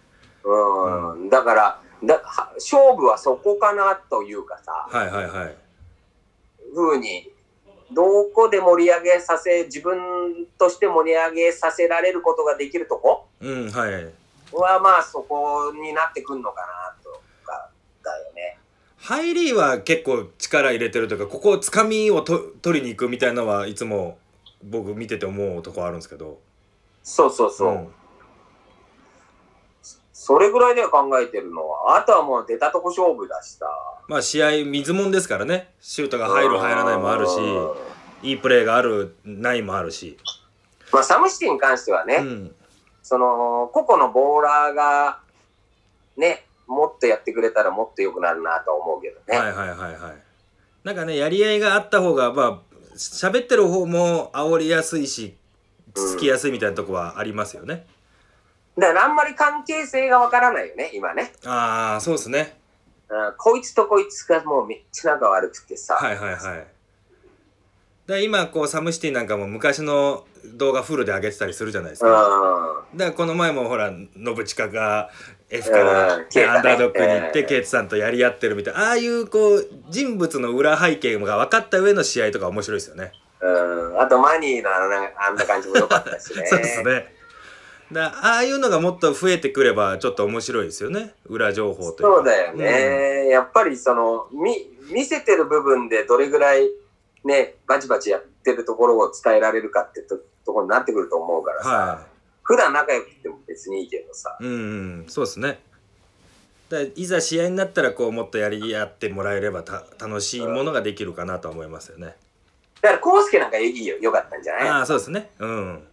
[SPEAKER 3] うん、だからだ、は勝負はそこかなというかさ、
[SPEAKER 2] はいはいはい
[SPEAKER 3] 風に、どこで盛り上げさせ、自分として盛り上げさせられることができるとこ
[SPEAKER 2] うんはい
[SPEAKER 3] はまあそこになってくんのかなとかだよね。
[SPEAKER 2] ハイリーは結構力入れてるというかここをつかみをと取りに行くみたいなのはいつも僕見てて思うとこあるんですけど
[SPEAKER 3] そうそうそう。それぐらいでは考えてるのは、あとはもう出たとこ勝負だしさ。
[SPEAKER 2] まあ試合水もんですからねシュートが入る入らないもあるし
[SPEAKER 3] うん
[SPEAKER 2] いいプレーがあるないもあるし、
[SPEAKER 3] まあサムシティに関してはね、
[SPEAKER 2] うん、
[SPEAKER 3] その、個々のボーラーが、ね、もっとやってくれたらもっと良くなるなとは思うけどね。
[SPEAKER 2] はいはいはいはいなんかねやり合いがあった方がまあ喋ってる方も煽りやすいしつつきやすいみたいなとこはありますよね、
[SPEAKER 3] だからあんまり関係性がわからないよね、今ね。
[SPEAKER 2] ああそうですね
[SPEAKER 3] うんこいつとこいつがもうめっちゃ仲悪くてさ。
[SPEAKER 2] はいはいはいで今こうサムシティなんかも昔の動画フルで上げてたりするじゃないです
[SPEAKER 3] う
[SPEAKER 2] か
[SPEAKER 3] ん。
[SPEAKER 2] だからこの前もほら信近が F から、
[SPEAKER 3] うん
[SPEAKER 2] ね
[SPEAKER 3] ケイタね
[SPEAKER 2] アンダードックに行って、
[SPEAKER 3] ええ
[SPEAKER 2] ケイツさんとやり合ってるみたいなああいうこう人物の裏背景が分かった上の試合とか面白いですよね。
[SPEAKER 3] うんあとマニーのあのねあんな感じも良かったし
[SPEAKER 2] [LAUGHS]
[SPEAKER 3] ね。
[SPEAKER 2] そうですねだからああいうのがもっと増えてくればちょっと面白いですよね裏情報というか
[SPEAKER 3] そうだよね。やっぱりその、み、見せてる部分でどれぐらいね、バチバチやってるところを伝えられるかってとところになってくると思うから
[SPEAKER 2] うん
[SPEAKER 3] さ、
[SPEAKER 2] は
[SPEAKER 3] 普段仲良くても別にいいけどさ、
[SPEAKER 2] いうんうんそうですねだからいざ試合になったらこうもっとやり合ってもらえればた楽しいものができるかなとは思いますよね
[SPEAKER 3] だからコウスケなんかいいよ、良かったんじゃ
[SPEAKER 2] あ
[SPEAKER 3] ない
[SPEAKER 2] あそうですねうん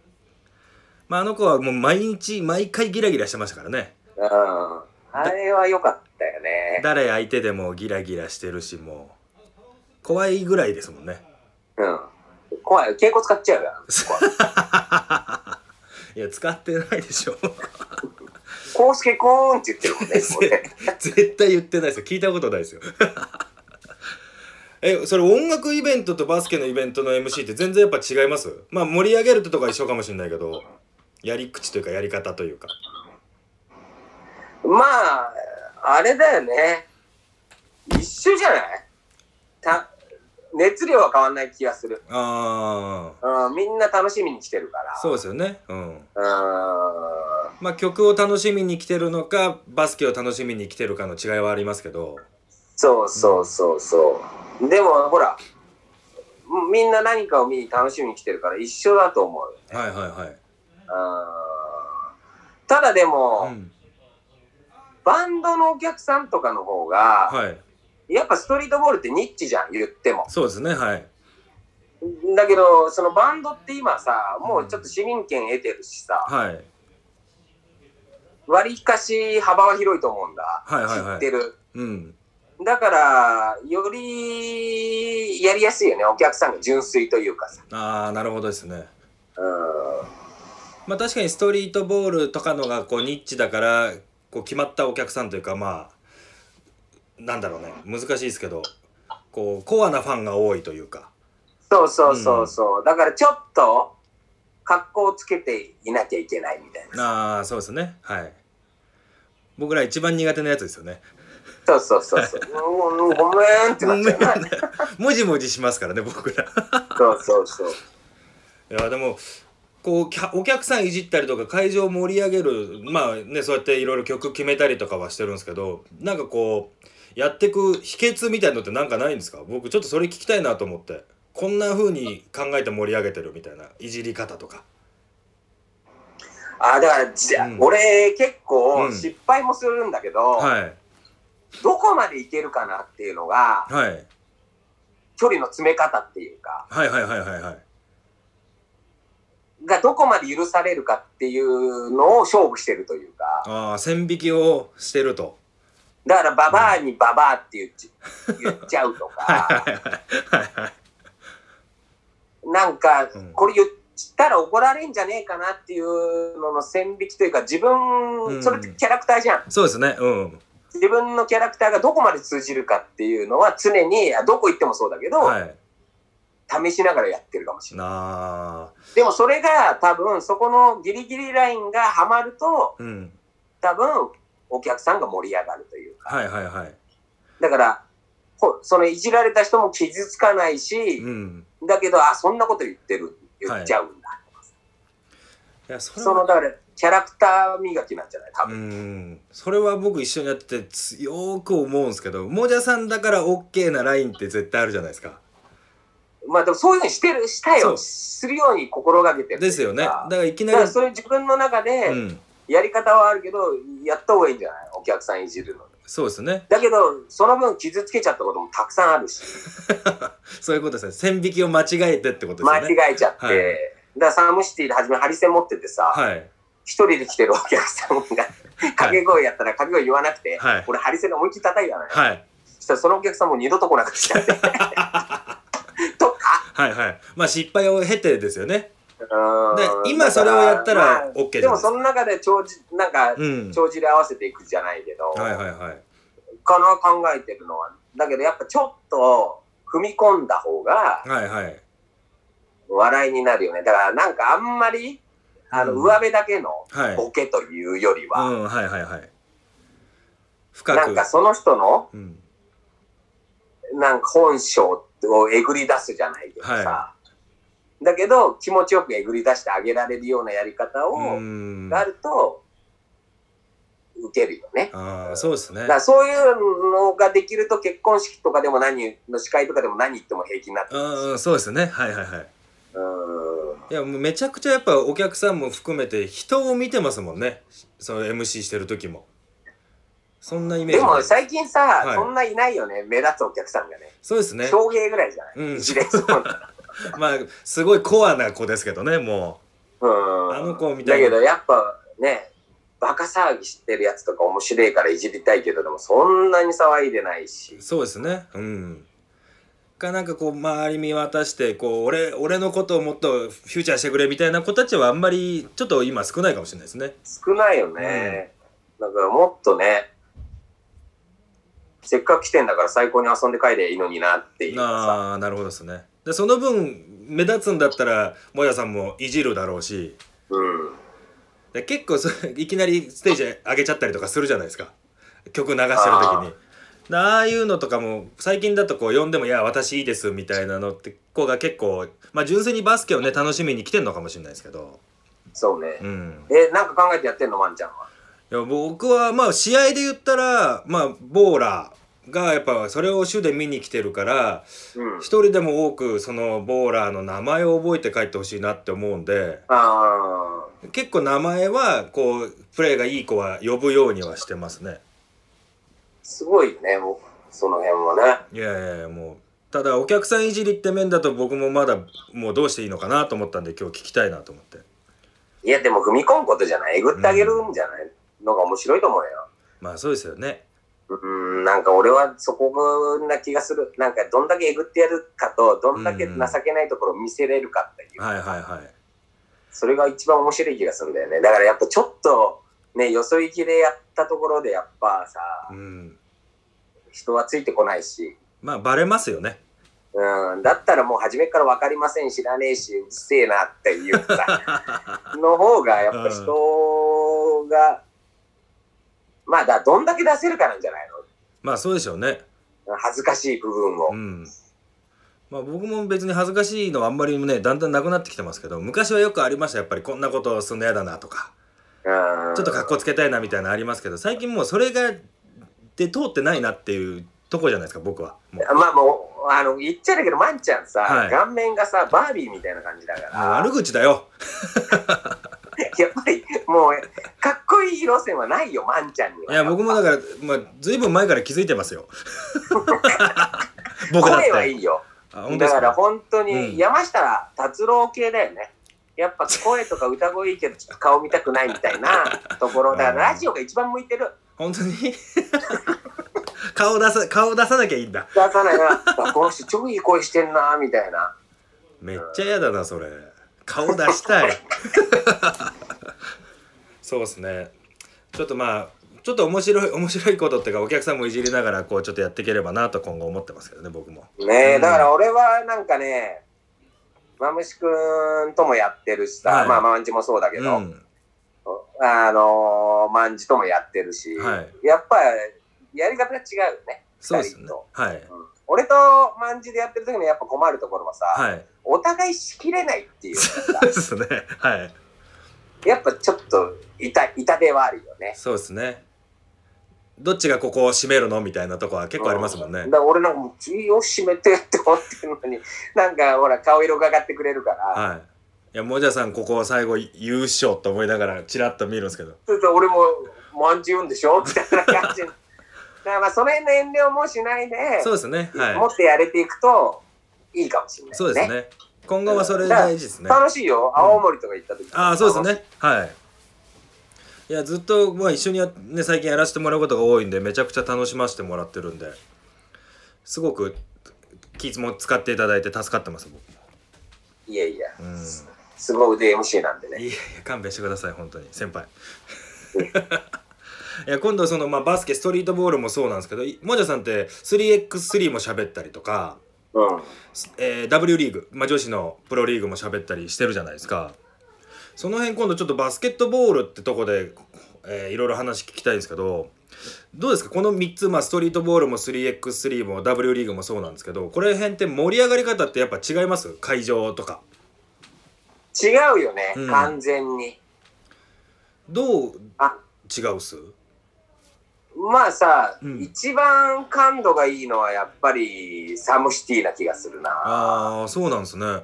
[SPEAKER 2] まああの子はもう毎日毎回ギラギラしてましたからね
[SPEAKER 3] うん。あれは良かったよね。
[SPEAKER 2] 誰相手でもギラギラしてるしもう怖いぐらいですもんね
[SPEAKER 3] うん。怖い。稽古使っ
[SPEAKER 2] [LAUGHS]
[SPEAKER 3] ちゃうから。
[SPEAKER 2] いや使ってないでしょ
[SPEAKER 3] コウスケコーンって言ってるもんね、も
[SPEAKER 2] [LAUGHS]
[SPEAKER 3] うね
[SPEAKER 2] 絶対言ってないですよ聞いたことないですよ [LAUGHS] えそれ音楽イベントとバスケのイベントの MC って全然やっぱ違いますまあ盛り上げるととか一緒かもしれないけどやり口というかやり方というか
[SPEAKER 3] まあ、あれだよね。一緒じゃないた熱量は変わんない気がする。
[SPEAKER 2] ああ
[SPEAKER 3] うん、みんな楽しみに来てるから。
[SPEAKER 2] そう
[SPEAKER 3] う。
[SPEAKER 2] ですよねうん
[SPEAKER 3] ん。
[SPEAKER 2] まあ曲を楽しみに来てるのかバスケを楽しみに来てるかの違いはありますけど
[SPEAKER 3] そうそうそうそう。でも、ほら、みんな何かを見に楽しみに来てるから一緒だと思うよ。
[SPEAKER 2] はいはいはい、
[SPEAKER 3] うん。ただでも、
[SPEAKER 2] うん、
[SPEAKER 3] バンドのお客さんとかの方が、
[SPEAKER 2] はい
[SPEAKER 3] やっぱストリートボールってニッチじゃん、言っても。
[SPEAKER 2] そうですねはい
[SPEAKER 3] だけど、そのバンドって今さ、もうちょっと市民権得てるしさ、
[SPEAKER 2] はい
[SPEAKER 3] 割かし幅は広いと思うんだ。
[SPEAKER 2] はいはいはい
[SPEAKER 3] 知ってる。
[SPEAKER 2] うん
[SPEAKER 3] だから、よりやりやすいよね。お客さんが純粋というかさ。
[SPEAKER 2] ああなるほどですね
[SPEAKER 3] う
[SPEAKER 2] まあ確かにストリートボールとかのがこうニッチだからこう決まったお客さんというかまあなんだろうね難しいですけどこうコアなファンが多いというか
[SPEAKER 3] ん。そうそうそうそう。だからちょっと、格好をつけていなきゃいけないみたいな。
[SPEAKER 2] ああそうですねはい僕ら一番苦手なやつですよね
[SPEAKER 3] そうそうそうそう。
[SPEAKER 2] [LAUGHS]
[SPEAKER 3] うんうんごめんってなっちゃうな。
[SPEAKER 2] もじもじしますからね僕ら
[SPEAKER 3] そうそうそう。
[SPEAKER 2] いやでもこうきゃお客さんいじったりとか会場を盛り上げるまあねそうやっていろいろ曲決めたりとかはしてるんですけどなんかこうやってく秘訣みたいのってなんかないんですか僕ちょっとそれ聞きたいなと思ってこんな風に考えて盛り上げてるみたいないじり方とか
[SPEAKER 3] あだからじゃ、
[SPEAKER 2] うん
[SPEAKER 3] 俺結
[SPEAKER 2] う
[SPEAKER 3] 構
[SPEAKER 2] ん
[SPEAKER 3] 失敗もするんだけど、
[SPEAKER 2] はい
[SPEAKER 3] どこまでいけるかなっていうのが
[SPEAKER 2] はい
[SPEAKER 3] 距離の詰め方っていうか
[SPEAKER 2] はいはいはいはいはい
[SPEAKER 3] がどこまで許されるかっていうのを勝負してるというか
[SPEAKER 2] ああ線引きをしてる [LAUGHS] と
[SPEAKER 3] だからババアにババアって言っち言っちゃうと
[SPEAKER 2] はい [LAUGHS]
[SPEAKER 3] か
[SPEAKER 2] はいはいはいはい
[SPEAKER 3] なんか
[SPEAKER 2] うん
[SPEAKER 3] これ言ったら怒られんじゃねえかなっていうのの線引きというか自
[SPEAKER 2] う
[SPEAKER 3] 分
[SPEAKER 2] ん
[SPEAKER 3] それってキャラクターじゃん
[SPEAKER 2] そうですねうん
[SPEAKER 3] 自分のキャラクターがどこまで通じるかっていうのは常にあどこ行ってもそうだけど、
[SPEAKER 2] はい
[SPEAKER 3] 試しながらやってるかもしれない。
[SPEAKER 2] なあ
[SPEAKER 3] でもそれが多分そこのギリギリラインがはまると
[SPEAKER 2] うん
[SPEAKER 3] 多分お客さんが盛り上がるというか。
[SPEAKER 2] はいはいはい
[SPEAKER 3] だからほそのいじられた人も傷つかないし
[SPEAKER 2] う、ん
[SPEAKER 3] だけど、あ、そんなこと言ってる、言っちゃうんだ。
[SPEAKER 2] いやそれは
[SPEAKER 3] その、だから、キャラクター磨きなんじゃない多
[SPEAKER 2] う
[SPEAKER 3] 分。
[SPEAKER 2] んそれは僕一緒にやっててつよーく思うんですけどもじゃさんだから OK なラインって絶対あるじゃないですか
[SPEAKER 3] まあでもそういうふうにしてる、したい
[SPEAKER 2] そ
[SPEAKER 3] よ、
[SPEAKER 2] う
[SPEAKER 3] するように心がけてるというか。
[SPEAKER 2] ですよねだからいき
[SPEAKER 3] だ
[SPEAKER 2] な
[SPEAKER 3] か
[SPEAKER 2] り
[SPEAKER 3] らそういう自分の中
[SPEAKER 2] う
[SPEAKER 3] で、
[SPEAKER 2] ん、
[SPEAKER 3] やり方はあるけど、やった方がいいんじゃないお客さんいじるの。
[SPEAKER 2] そうですね
[SPEAKER 3] だけど、その分傷つけちゃったこともたくさんあるし。
[SPEAKER 2] そういうことですね線引きを間違えてってことです
[SPEAKER 3] 間
[SPEAKER 2] よね
[SPEAKER 3] 違えちゃって、
[SPEAKER 2] はい
[SPEAKER 3] だからサムシティで初めハリセン持っててさ
[SPEAKER 2] はい
[SPEAKER 3] 一、人で来てるお客さんが掛け声やったら掛け声言わなくて、
[SPEAKER 2] はい
[SPEAKER 3] 俺ハリセンで思いっきり叩いたのよ、
[SPEAKER 2] はい
[SPEAKER 3] そしたらそのお客さんも二度と来なくなっ [LAUGHS] ちゃってとか
[SPEAKER 2] はいはいまあ失敗を経てですよね
[SPEAKER 3] うーん
[SPEAKER 2] で今それをやった
[SPEAKER 3] だからま
[SPEAKER 2] OK じ
[SPEAKER 3] あで
[SPEAKER 2] ゃない
[SPEAKER 3] も
[SPEAKER 2] ですか
[SPEAKER 3] その中で帳じなんか
[SPEAKER 2] うん
[SPEAKER 3] 帳尻合わせていくじゃないけど、
[SPEAKER 2] はいはいはい
[SPEAKER 3] かな考えてるのはだけどやっぱちょっと踏み込んだ方が
[SPEAKER 2] はいはい
[SPEAKER 3] 笑いになるよねだからなんかあんまりあの
[SPEAKER 2] うん
[SPEAKER 3] 上辺だけの
[SPEAKER 2] はい
[SPEAKER 3] ボケというよりは、
[SPEAKER 2] うんはいはいはい深
[SPEAKER 3] な
[SPEAKER 2] く
[SPEAKER 3] んかその人の
[SPEAKER 2] うん
[SPEAKER 3] なんか本性をえぐり出すじゃないけどさ、
[SPEAKER 2] は
[SPEAKER 3] だけど気持ちよくえぐり出してあげられるようなやり方
[SPEAKER 2] う
[SPEAKER 3] を、
[SPEAKER 2] ん
[SPEAKER 3] があると受けるよね。
[SPEAKER 2] ああそうですね
[SPEAKER 3] だからそういうのができると結婚式とかでも何の司会とかでも何言っても平気になって
[SPEAKER 2] うんうんそうですねはいはいはいう
[SPEAKER 3] ーん
[SPEAKER 2] いやもうめちゃくちゃやっぱお客さんも含めて人を見てますもんねその MC してる時もそんなイメー
[SPEAKER 3] で
[SPEAKER 2] ジ
[SPEAKER 3] も最近さ、
[SPEAKER 2] はい
[SPEAKER 3] そんないないよね目立つお客さんがね
[SPEAKER 2] そうですね
[SPEAKER 3] 翔平ぐらい
[SPEAKER 2] [LAUGHS]
[SPEAKER 3] じゃない、
[SPEAKER 2] うん
[SPEAKER 3] 一連そうな
[SPEAKER 2] まあすごいコアな子ですけどねも
[SPEAKER 3] うん
[SPEAKER 2] あの子みたいな
[SPEAKER 3] だけどやっぱねバカ騒ぎしてるやつとか面白いからいじりたいけどでもそんなに騒いでないし
[SPEAKER 2] うそうですねうんかなんかこう周り見渡してこう俺俺のことをもっとフューチャーしてくれみたいな子たちはあんまりちょっと今少ないかもしれないですね
[SPEAKER 3] 少ないよね、だからもっとねせっかく来てんだから最高に遊んで帰ればいいのになっていうさ
[SPEAKER 2] ああなるほどですねでその分目立つんだったらもやさんもいじるだろうし
[SPEAKER 3] うん
[SPEAKER 2] で結構それいきなりステージ上げちゃったりとかするじゃないですか曲流してる時に
[SPEAKER 3] あ
[SPEAKER 2] でああいうのとかも最近だとこう呼んでも「いや私いいです」みたいなのって子が結構まあ純粋にバスケをね楽しみに来てんのかもしれないですけど
[SPEAKER 3] そうね
[SPEAKER 2] う、ん
[SPEAKER 3] えなんか考えてやってんのまんちゃんはい
[SPEAKER 2] や僕はまあ試合で言ったらまあボーラーがやっぱそれを主で見に来てるから
[SPEAKER 3] うん
[SPEAKER 2] 一人でも多くそのボーラーの名前を覚えて帰ってほしいなって思うんで
[SPEAKER 3] あ
[SPEAKER 2] 結構名前はこうプレーがいい子は呼ぶようにはしてますね。
[SPEAKER 3] ーすごいよねもうその辺もね
[SPEAKER 2] いやいやいやもうただお客さんいじりって面だと僕もまだもうどうしていいのかなと思ったんで今日聞きたいなと思って
[SPEAKER 3] いやでも踏み込むことじゃないえぐってあげるんじゃない、のが面白いと思うよ
[SPEAKER 2] まあそうですよね
[SPEAKER 3] うーん、なんか俺はそこな気がする。なんかどんだけえぐってやるかと、どんだけ情けないところを見せれるかっていう。
[SPEAKER 2] はいはいはい
[SPEAKER 3] それが一番面白い気がするんだよね。だからやっぱちょっと、ね、よそ行きでやったところでやっぱさ、
[SPEAKER 2] うん
[SPEAKER 3] 人はついてこないし、
[SPEAKER 2] まあバレますよね
[SPEAKER 3] うん、だったらもう初めから分かりません、知らねえし、うっせえなっていうさ、
[SPEAKER 2] [LAUGHS]
[SPEAKER 3] の方がやっぱ人が、まあだ、どんだけ出せるかなんじゃない
[SPEAKER 2] まあそうでしょうね。
[SPEAKER 3] の恥ずかしい部分
[SPEAKER 2] う
[SPEAKER 3] を。
[SPEAKER 2] ん。まあ僕も別に恥ずかしいのはあんまりね、だんだんなくなってきてますけど、昔はよくありました。やっぱりこんなことをすんのやだなとか、
[SPEAKER 3] うん、
[SPEAKER 2] ちょっと格好つけたいなみたいなのありますけど、最近もうそれが、で通ってないなっていうとこじゃないですか、僕は。もう
[SPEAKER 3] まあもう、あの、言っちゃだけど、まんちゃんさ、
[SPEAKER 2] はい
[SPEAKER 3] 顔面がさ、バービーみたいな感じだから、
[SPEAKER 2] もう悪口だよ。
[SPEAKER 3] やっぱりもう、かっこいい路線はないよ、まんちゃんには。
[SPEAKER 2] いや、僕もだから、まあ、ずいぶん前から気づいてます
[SPEAKER 3] [LAUGHS]
[SPEAKER 2] よ。僕だっ
[SPEAKER 3] 声はい
[SPEAKER 2] て。
[SPEAKER 3] いよ。
[SPEAKER 2] あ、本当で
[SPEAKER 3] だ
[SPEAKER 2] す
[SPEAKER 3] から
[SPEAKER 2] か。
[SPEAKER 3] 本当
[SPEAKER 2] うん
[SPEAKER 3] に山下達郎系だよね。やっぱ声とか歌声いいけどちょっと顔見たくないみた
[SPEAKER 2] [LAUGHS]
[SPEAKER 3] いなところだからラジオが一番向いてる
[SPEAKER 2] 本当に顔出さ、顔出さなきゃいいんだ。
[SPEAKER 3] 出さないなあこの人超いい声してんなみたいな
[SPEAKER 2] めっちゃ嫌だなそれ顔出
[SPEAKER 3] [LAUGHS]
[SPEAKER 2] したいそうですねちょっとまあちょっと面白い面白いことっていうかお客さんもいじりながらこうちょっとやっていければなと今後思ってますけどね僕も
[SPEAKER 3] ね
[SPEAKER 2] う
[SPEAKER 3] え
[SPEAKER 2] ん
[SPEAKER 3] だから俺はなんかねマムシくんともやってるしさ、
[SPEAKER 2] はい
[SPEAKER 3] まあマンジもそうだけ
[SPEAKER 2] うん
[SPEAKER 3] ど、あのー、マンジともやってるし、
[SPEAKER 2] はい
[SPEAKER 3] やっぱやり方が違うよね
[SPEAKER 2] そうですね
[SPEAKER 3] 二人と
[SPEAKER 2] はい
[SPEAKER 3] 俺とマンジでやってる時のやっぱ困るところはさ、
[SPEAKER 2] はい
[SPEAKER 3] お互いしきれないっていうか
[SPEAKER 2] そうですねはい
[SPEAKER 3] [LAUGHS] やっぱちょっと痛痛手はあるよね。
[SPEAKER 2] そうですねどっちがここを締めるのみたいなとこは結構ありますもんね、
[SPEAKER 3] うんだから俺なんかもう、気を締めてって思ってるのに、 [LAUGHS] なんかほら、顔色が上がってくれるから、
[SPEAKER 2] はいいやもじゃさんここを最後優勝と思いながらチラッと見るんですけど
[SPEAKER 3] それと俺も、まんじゅうんでしょみたいな感じ。 [LAUGHS] だからまあ、その辺の遠慮もしないで、
[SPEAKER 2] そうですね
[SPEAKER 3] も
[SPEAKER 2] は
[SPEAKER 3] っとやれていくと、いいかもしれない、
[SPEAKER 2] いそうですね今後はそれ大事ですね
[SPEAKER 3] 楽しいよ、青森とか行った時
[SPEAKER 2] ああそうです
[SPEAKER 3] ね。
[SPEAKER 2] ねはいいやずっと、まあ、一緒にや、ね、最近やらせてもらうことが多いんでめちゃくちゃ楽しませてもらってるんですごく気も使っていただいて助かってます僕
[SPEAKER 3] いやいや、
[SPEAKER 2] うん
[SPEAKER 3] すごい腕 MC なんで
[SPEAKER 2] い
[SPEAKER 3] ね。
[SPEAKER 2] やいや勘弁してください本当に先輩 [LAUGHS] いや今度その、まあ、バスケストリートボールもそうなんですけどいもじゃさんって 3x3 も喋ったりとか、
[SPEAKER 3] うん。
[SPEAKER 2] えー W リーグ、まあ、女子のプロリーグも喋ったりしてるじゃないですかその辺今度ちょっとバスケットボールってとこで、えーいろいろ話聞きたいんですけどどうですかこの3つ、まあ、ストリートボールも 3x3 も W リーグもそうなんですけどこれ辺って盛り上がり方ってやっぱ違います会場とか
[SPEAKER 3] 違うよね、
[SPEAKER 2] うん
[SPEAKER 3] 完全に。
[SPEAKER 2] どう
[SPEAKER 3] あ
[SPEAKER 2] 違うっす
[SPEAKER 3] まあさ、
[SPEAKER 2] うん
[SPEAKER 3] 一番感度がいいのはやっぱりサムシティな気がするな。
[SPEAKER 2] ああそうなんですね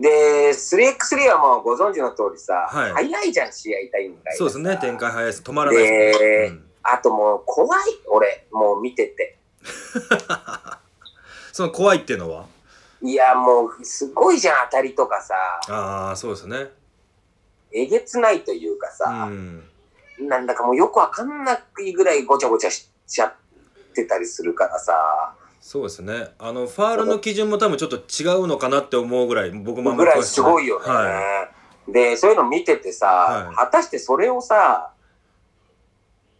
[SPEAKER 3] で、3x3 はもうご存知の通りさ、
[SPEAKER 2] はい
[SPEAKER 3] 早いじゃん、試合展開がさ。
[SPEAKER 2] そうですね展開早いです止まらないですね、
[SPEAKER 3] で
[SPEAKER 2] うん
[SPEAKER 3] あともう怖い、俺、もう見てて。
[SPEAKER 2] その怖いっていうのはい
[SPEAKER 3] や、もうすごいじゃん、当たりとかさ、
[SPEAKER 2] ああそうですね
[SPEAKER 3] えげつないというか
[SPEAKER 2] う
[SPEAKER 3] さ、
[SPEAKER 2] ん
[SPEAKER 3] なんだかもうよくわかんないぐらいごちゃごちゃしちゃってたりするからさ、
[SPEAKER 2] そうですね。あのファールの基準も多分ちょっと違うのかなって思うぐらい僕もあんまり
[SPEAKER 3] ぐら
[SPEAKER 2] 詳
[SPEAKER 3] い
[SPEAKER 2] し
[SPEAKER 3] す
[SPEAKER 2] くな
[SPEAKER 3] ごいよね。
[SPEAKER 2] は
[SPEAKER 3] で、そういうの見ててさ、
[SPEAKER 2] はい
[SPEAKER 3] 果たしてそれをさ、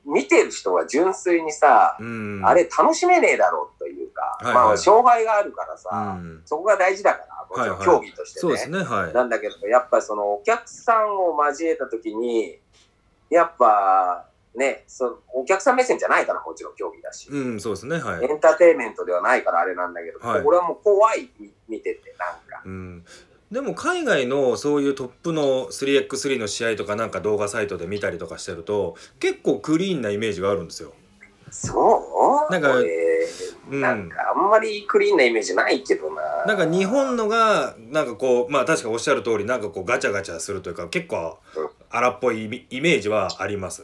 [SPEAKER 3] 見てる人は純粋にさ
[SPEAKER 2] い。、うん。
[SPEAKER 3] あれ楽しめねえだろうという
[SPEAKER 2] は
[SPEAKER 3] か、
[SPEAKER 2] いはい
[SPEAKER 3] まあ、障害があるからさ、
[SPEAKER 2] うん。
[SPEAKER 3] そこが大事だから、もちろ
[SPEAKER 2] は
[SPEAKER 3] ん
[SPEAKER 2] いはい
[SPEAKER 3] 競技として
[SPEAKER 2] そう
[SPEAKER 3] ね。
[SPEAKER 2] ですね。は
[SPEAKER 3] なんだけど、やっぱそのお客さんを交えたときに、やっぱね、そお客さん目線じゃないから、もちろん競技だし
[SPEAKER 2] い。。うん、そうですね。は
[SPEAKER 3] エ
[SPEAKER 2] い。
[SPEAKER 3] ンターテインメントではないからあれなんだけど、
[SPEAKER 2] はい
[SPEAKER 3] これはもう怖い、み見てて、なんか。
[SPEAKER 2] うん。でも海外のそういうトップの 3x3 の試合とかなんか動画サイトで見たりとかしてると結構クリーンなイメージがあるんですよ。
[SPEAKER 3] そう
[SPEAKER 2] なんか
[SPEAKER 3] 俺
[SPEAKER 2] うん
[SPEAKER 3] なんかあんまりクリーンなイメージないけどな。
[SPEAKER 2] なんか日本のがなんかこうまあ確かおっしゃる通りなんかこうガチャガチャするというか結構荒っぽいイメイメージはあります。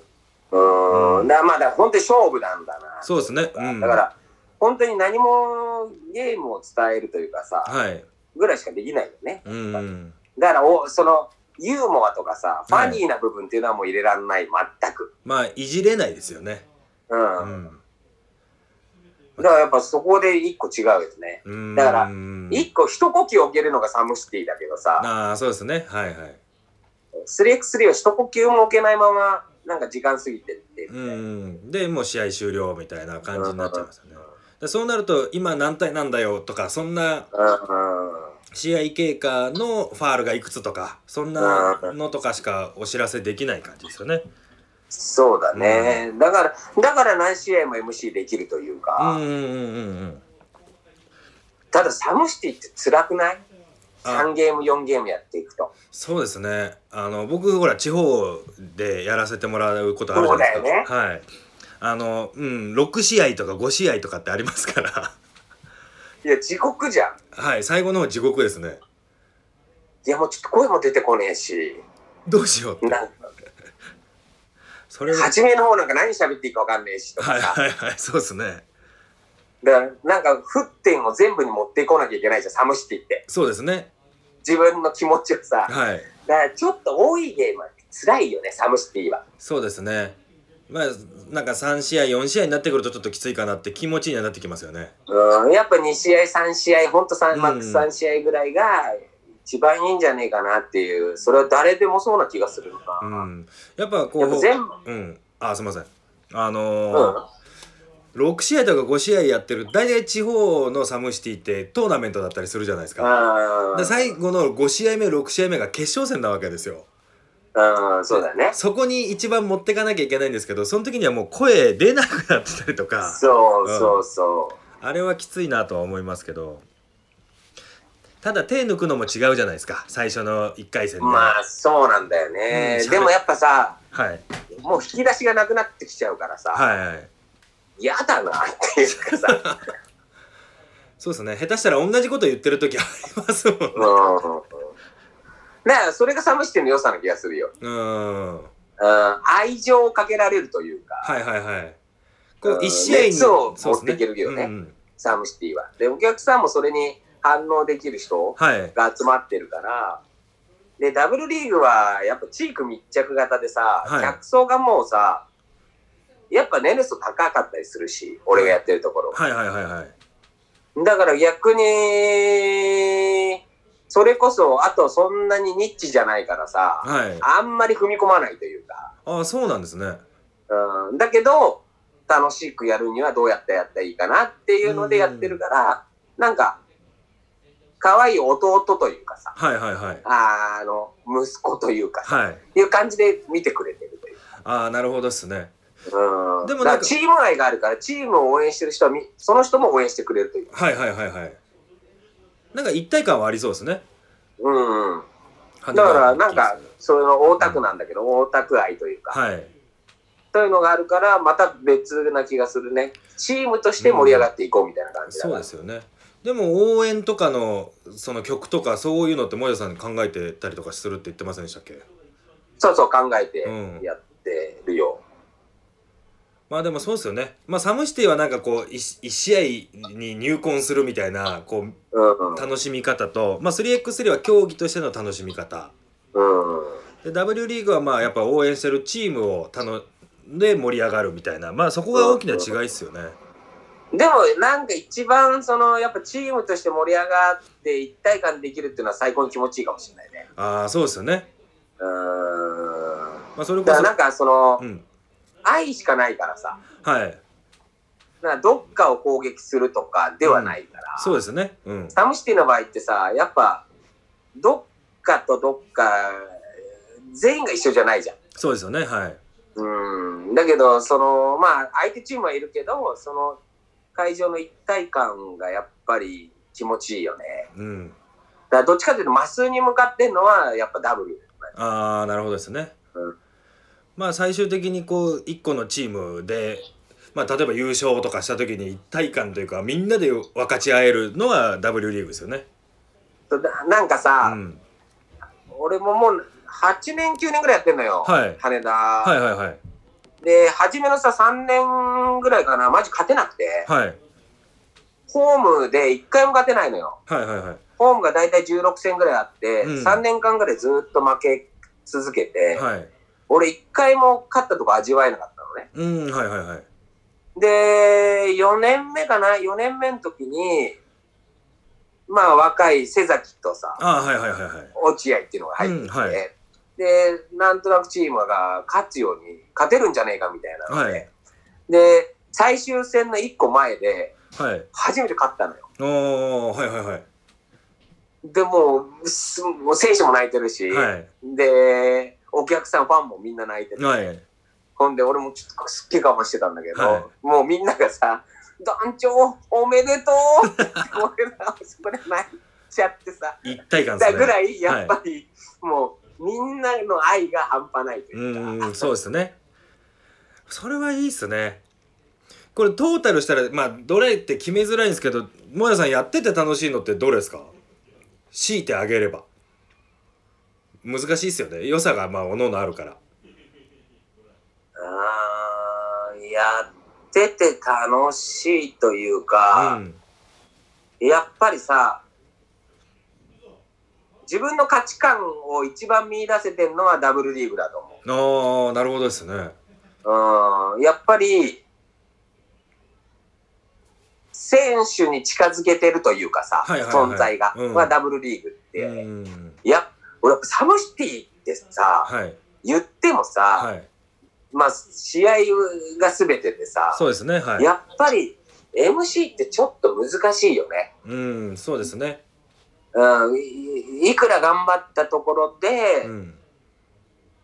[SPEAKER 3] うーん。だからまあ、だから本当に勝負なんだな。
[SPEAKER 2] そうですね。うん。
[SPEAKER 3] だから、本当に何もゲームを伝えるというかさ、
[SPEAKER 2] はい。
[SPEAKER 3] ぐらいしかできないよね。
[SPEAKER 2] うん。
[SPEAKER 3] だからお、その、ユーモアとかさ、フ
[SPEAKER 2] はい
[SPEAKER 3] ァニーな部分っていうのはもう入れられない、全く。
[SPEAKER 2] まあいじれないですよね。
[SPEAKER 3] うん。
[SPEAKER 2] うん。
[SPEAKER 3] だからやっぱそこで一個違うよね。
[SPEAKER 2] だ
[SPEAKER 3] だから一個一呼吸置けるのがサムシティだけどさ、
[SPEAKER 2] ああそうですねはいはい
[SPEAKER 3] 3x3 は一呼吸も置けないまま、なんか時間過ぎてって。
[SPEAKER 2] うんでもう試合終了みたいな感じになっちゃいますよねだかでそうなると、今何対なんだよとか、そんな
[SPEAKER 3] う
[SPEAKER 2] 試合経過のファールがいくつとか、そんなのとかしかお知らせできない感じですよね。
[SPEAKER 3] そうだね、だから、だから何試合も MC できるという
[SPEAKER 2] う
[SPEAKER 3] か、
[SPEAKER 2] んうんうんうんうん。
[SPEAKER 3] ただサムシティって辛くない
[SPEAKER 2] あ
[SPEAKER 3] ?3 ゲーム、4ゲームやっていくと。
[SPEAKER 2] そうですね。あの僕ほら地方でやらせてもらうことあるじゃないですか。はい。あのうん6試合とか5試合とかってありますから。 [LAUGHS]
[SPEAKER 3] いや、地獄じゃん。
[SPEAKER 2] はい最後の方地獄ですね。
[SPEAKER 3] いや、もうちょっと声も出てこねえし、
[SPEAKER 2] どうしよう。
[SPEAKER 3] なんか
[SPEAKER 2] それは
[SPEAKER 3] 初めの方なんか何喋っていいかわかんねえしと
[SPEAKER 2] は
[SPEAKER 3] か
[SPEAKER 2] い
[SPEAKER 3] さ。
[SPEAKER 2] はいはいそうですね。
[SPEAKER 3] だから、なんか、沸点を全部に持ってこなきゃいけないじゃん、サムシティって。
[SPEAKER 2] そうですね。
[SPEAKER 3] 自分の気持ちをさ。
[SPEAKER 2] はい
[SPEAKER 3] だから、ちょっと多いゲームは辛いよね、サムシティは。
[SPEAKER 2] そうですね。まあなんか3試合4試合になってくるとちょっときついかなって気持ちにはなってきますよね。
[SPEAKER 3] うん、やっぱ2試合、3試合、ほんと
[SPEAKER 2] う
[SPEAKER 3] 3、
[SPEAKER 2] ん
[SPEAKER 3] マックス3試合ぐらいが、一番いいんじゃねえかなっていう、それは誰でもそうな気がするのか。
[SPEAKER 2] うん。やっぱこ
[SPEAKER 3] やっぱ全
[SPEAKER 2] う
[SPEAKER 3] 部、
[SPEAKER 2] うんあすいません。あ
[SPEAKER 3] う
[SPEAKER 2] の
[SPEAKER 3] ん。
[SPEAKER 2] ー
[SPEAKER 3] あ
[SPEAKER 2] 6試合とか5試合やってる大体地方のサムシティってトーナメントだったりするじゃないですか
[SPEAKER 3] あ
[SPEAKER 2] で最後の5試合目6試合目が決勝戦なわけですよ
[SPEAKER 3] うん、そうだね。
[SPEAKER 2] そこに一番持ってかなきゃいけないんですけどその時にはもう声出なくなってたりとか
[SPEAKER 3] そう
[SPEAKER 2] うん
[SPEAKER 3] そうそう。
[SPEAKER 2] あれはきついなとは思いますけどただ手抜くのも違うじゃないですか最初の1回戦で、
[SPEAKER 3] まあそうなんだよね、
[SPEAKER 2] うん
[SPEAKER 3] でもやっぱさ
[SPEAKER 2] はい
[SPEAKER 3] もう引き出しがなくなってきちゃうからさ、
[SPEAKER 2] はいはい
[SPEAKER 3] 嫌だなっていうかさ、
[SPEAKER 2] [LAUGHS] そうですね下手したら同じこと言ってる時ありますもんね
[SPEAKER 3] うん、だからそれがサムシティの良さな気がするよ、
[SPEAKER 2] うんは
[SPEAKER 3] うん、愛情をかけられるというか
[SPEAKER 2] いはいはいこう
[SPEAKER 3] うん
[SPEAKER 2] 1試合に
[SPEAKER 3] 熱を
[SPEAKER 2] そうっすね
[SPEAKER 3] 持っていけるけどね
[SPEAKER 2] うんうん
[SPEAKER 3] サムシティはでお客さんもそれに反応できる人
[SPEAKER 2] はい
[SPEAKER 3] が集まってるからでダブルリーグはやっぱ地域密着型でさ、
[SPEAKER 2] はい
[SPEAKER 3] 客層がもうさやっぱ年齢層高かったりするし俺がやってるところ、
[SPEAKER 2] はいはいはいはい。
[SPEAKER 3] だから逆に、それこそ、あとそんなにニッチじゃないからさ、
[SPEAKER 2] はい。
[SPEAKER 3] あんまり踏み込まないというか、
[SPEAKER 2] ああ、そうなんですね。
[SPEAKER 3] うん、だけど、楽しくやるにはどうやってやったらいいかなっていうのでやってるから、なんか、可愛い弟というかさ、
[SPEAKER 2] はいはいはい。
[SPEAKER 3] あーあの、息子というかさ、
[SPEAKER 2] はい。
[SPEAKER 3] いう感じで見てくれてるという。
[SPEAKER 2] ああ、なるほどっすね。
[SPEAKER 3] うん、
[SPEAKER 2] でもな
[SPEAKER 3] だ
[SPEAKER 2] んか
[SPEAKER 3] からチーム愛があるから、チームを応援してる人はみ、その人も応援してくれるという。
[SPEAKER 2] はいはいはいはい。なんか一体感はありそうですね。
[SPEAKER 3] うん、
[SPEAKER 2] だ
[SPEAKER 3] だからなんか、その大田区なんだけど、大田区愛というか、
[SPEAKER 2] はい。
[SPEAKER 3] そういうのがあるから、また別な気がするね。チームとして盛り上がっていこうみたいな感じだか
[SPEAKER 2] そう
[SPEAKER 3] ら。
[SPEAKER 2] ですよね。でも応援とかのその曲とかそういうのってもやさん考えてたりとかするって言ってませんでしたっけ
[SPEAKER 3] そうそう、考えて
[SPEAKER 2] うん
[SPEAKER 3] やってるよ。
[SPEAKER 2] まあでもそうですよね。まあサムシティはなんかこう一一試合に入魂するみたいなこう
[SPEAKER 3] うん。
[SPEAKER 2] 楽しみ方と、まあ 3x3 は競技としての楽しみ方。
[SPEAKER 3] う
[SPEAKER 2] で
[SPEAKER 3] ん。
[SPEAKER 2] W リーグはまあやっぱ応援してるチームを頼んで盛り上がるみたいなまあそこが大きな違いっすよね。
[SPEAKER 3] でも、なんか一番、その、やっぱチームとして盛り上がって一体感できるっていうのは最高に気持ちいいかもしれないね。
[SPEAKER 2] ああそうですよね。
[SPEAKER 3] うん。
[SPEAKER 2] まあそれこ
[SPEAKER 3] だか
[SPEAKER 2] そ
[SPEAKER 3] らなんかその
[SPEAKER 2] う、ん
[SPEAKER 3] 愛しかないからさ、
[SPEAKER 2] はい
[SPEAKER 3] なんかどっかを攻撃するとかではないから。
[SPEAKER 2] そうですね。うん
[SPEAKER 3] サムシティの場合ってさ、やっぱ、どっかとどっか、全員が一緒じゃないじゃん。
[SPEAKER 2] そうですよねはい
[SPEAKER 3] うん。だけど、その、まあ、相手チームはいるけど、その、会場の一体感がやっぱり気持ちいいよね。
[SPEAKER 2] うん
[SPEAKER 3] だからどっちかというと、マスに向かってんのは、やっぱダブル。
[SPEAKER 2] ああなるほどですね
[SPEAKER 3] うん。
[SPEAKER 2] まあ最終的にこう一個のチームで。まあ、例えば優勝とかした時に一体感というかみんなで分かち合えるのは W リーグですよね。
[SPEAKER 3] そうだなんか
[SPEAKER 2] う
[SPEAKER 3] さ、
[SPEAKER 2] ん、
[SPEAKER 3] 俺ももう、8年、9年ぐらいやってんのよ。
[SPEAKER 2] はい
[SPEAKER 3] 羽田。
[SPEAKER 2] はいはいはい
[SPEAKER 3] で、初めのさ、3年ぐらいかな、マジ勝てなくて、
[SPEAKER 2] はい
[SPEAKER 3] ホームで1回も勝てないのよ。
[SPEAKER 2] はいはいはい
[SPEAKER 3] ホームが大体16戦ぐらいあって、
[SPEAKER 2] うん
[SPEAKER 3] 3年間ぐらいずっと負け続けて、
[SPEAKER 2] はい
[SPEAKER 3] 俺1回も勝ったとこ味わえなかったのね。
[SPEAKER 2] うんはいはいはい
[SPEAKER 3] で、4年目かな ?4 年目の時に、まあ若い瀬崎とさ、
[SPEAKER 2] ああはいはいはいはい
[SPEAKER 3] 落合っていうのが入ってきて、
[SPEAKER 2] うんはい
[SPEAKER 3] で、なんとなくチームが勝つように、勝てるんじゃねえかみたいなので、
[SPEAKER 2] はい
[SPEAKER 3] で、最終戦の1個前で、
[SPEAKER 2] はい。
[SPEAKER 3] 初めて勝ったのよ。
[SPEAKER 2] おー、はいはいはい。
[SPEAKER 3] でもうす、もう選手も泣いてるし、
[SPEAKER 2] はい。
[SPEAKER 3] で、お客さん、ファンもみんな泣いてる。
[SPEAKER 2] はい。
[SPEAKER 3] ほんで、俺もちょっとすっげえ我慢してたんだけど、
[SPEAKER 2] はい
[SPEAKER 3] もうみんながさ、団長、おめでとうって、俺ら、そこで泣いちゃってさ、
[SPEAKER 2] 一体感で
[SPEAKER 3] だ
[SPEAKER 2] す
[SPEAKER 3] ぐ
[SPEAKER 2] ね。
[SPEAKER 3] らい、やっぱり、もう、みんなの愛が半端ない
[SPEAKER 2] う
[SPEAKER 3] というか、
[SPEAKER 2] ーん、そうですね。それはいいっすね。これトータルしたら、まあ、どれって決めづらいんですけど、もやさんやってて楽しいのってどれですか強いてあげれば。難しいっすよね。良さが、まあ、おののあるから。
[SPEAKER 3] あーやってて楽しいという
[SPEAKER 2] う
[SPEAKER 3] か、
[SPEAKER 2] ん。
[SPEAKER 3] やっぱりさ、自分の価値観を一番見出せてるのはダブルリーグだと思う。
[SPEAKER 2] ああ、なるほどですね。
[SPEAKER 3] うんやっぱり、選手に近づけてるというかさ、
[SPEAKER 2] はいはいはい
[SPEAKER 3] 存在が、
[SPEAKER 2] うん
[SPEAKER 3] まあ、ダブルリーグって、
[SPEAKER 2] うーん。
[SPEAKER 3] いや、俺やっぱサムシティってさ、
[SPEAKER 2] はい。
[SPEAKER 3] 言ってもさ、
[SPEAKER 2] はい。
[SPEAKER 3] まあ、試合が全てでさ、
[SPEAKER 2] そうですね。はい。
[SPEAKER 3] やっぱり MC ってちょっと難しいよね。
[SPEAKER 2] うん、そうですね。
[SPEAKER 3] うん、いいくら頑張ったところで
[SPEAKER 2] う、ん。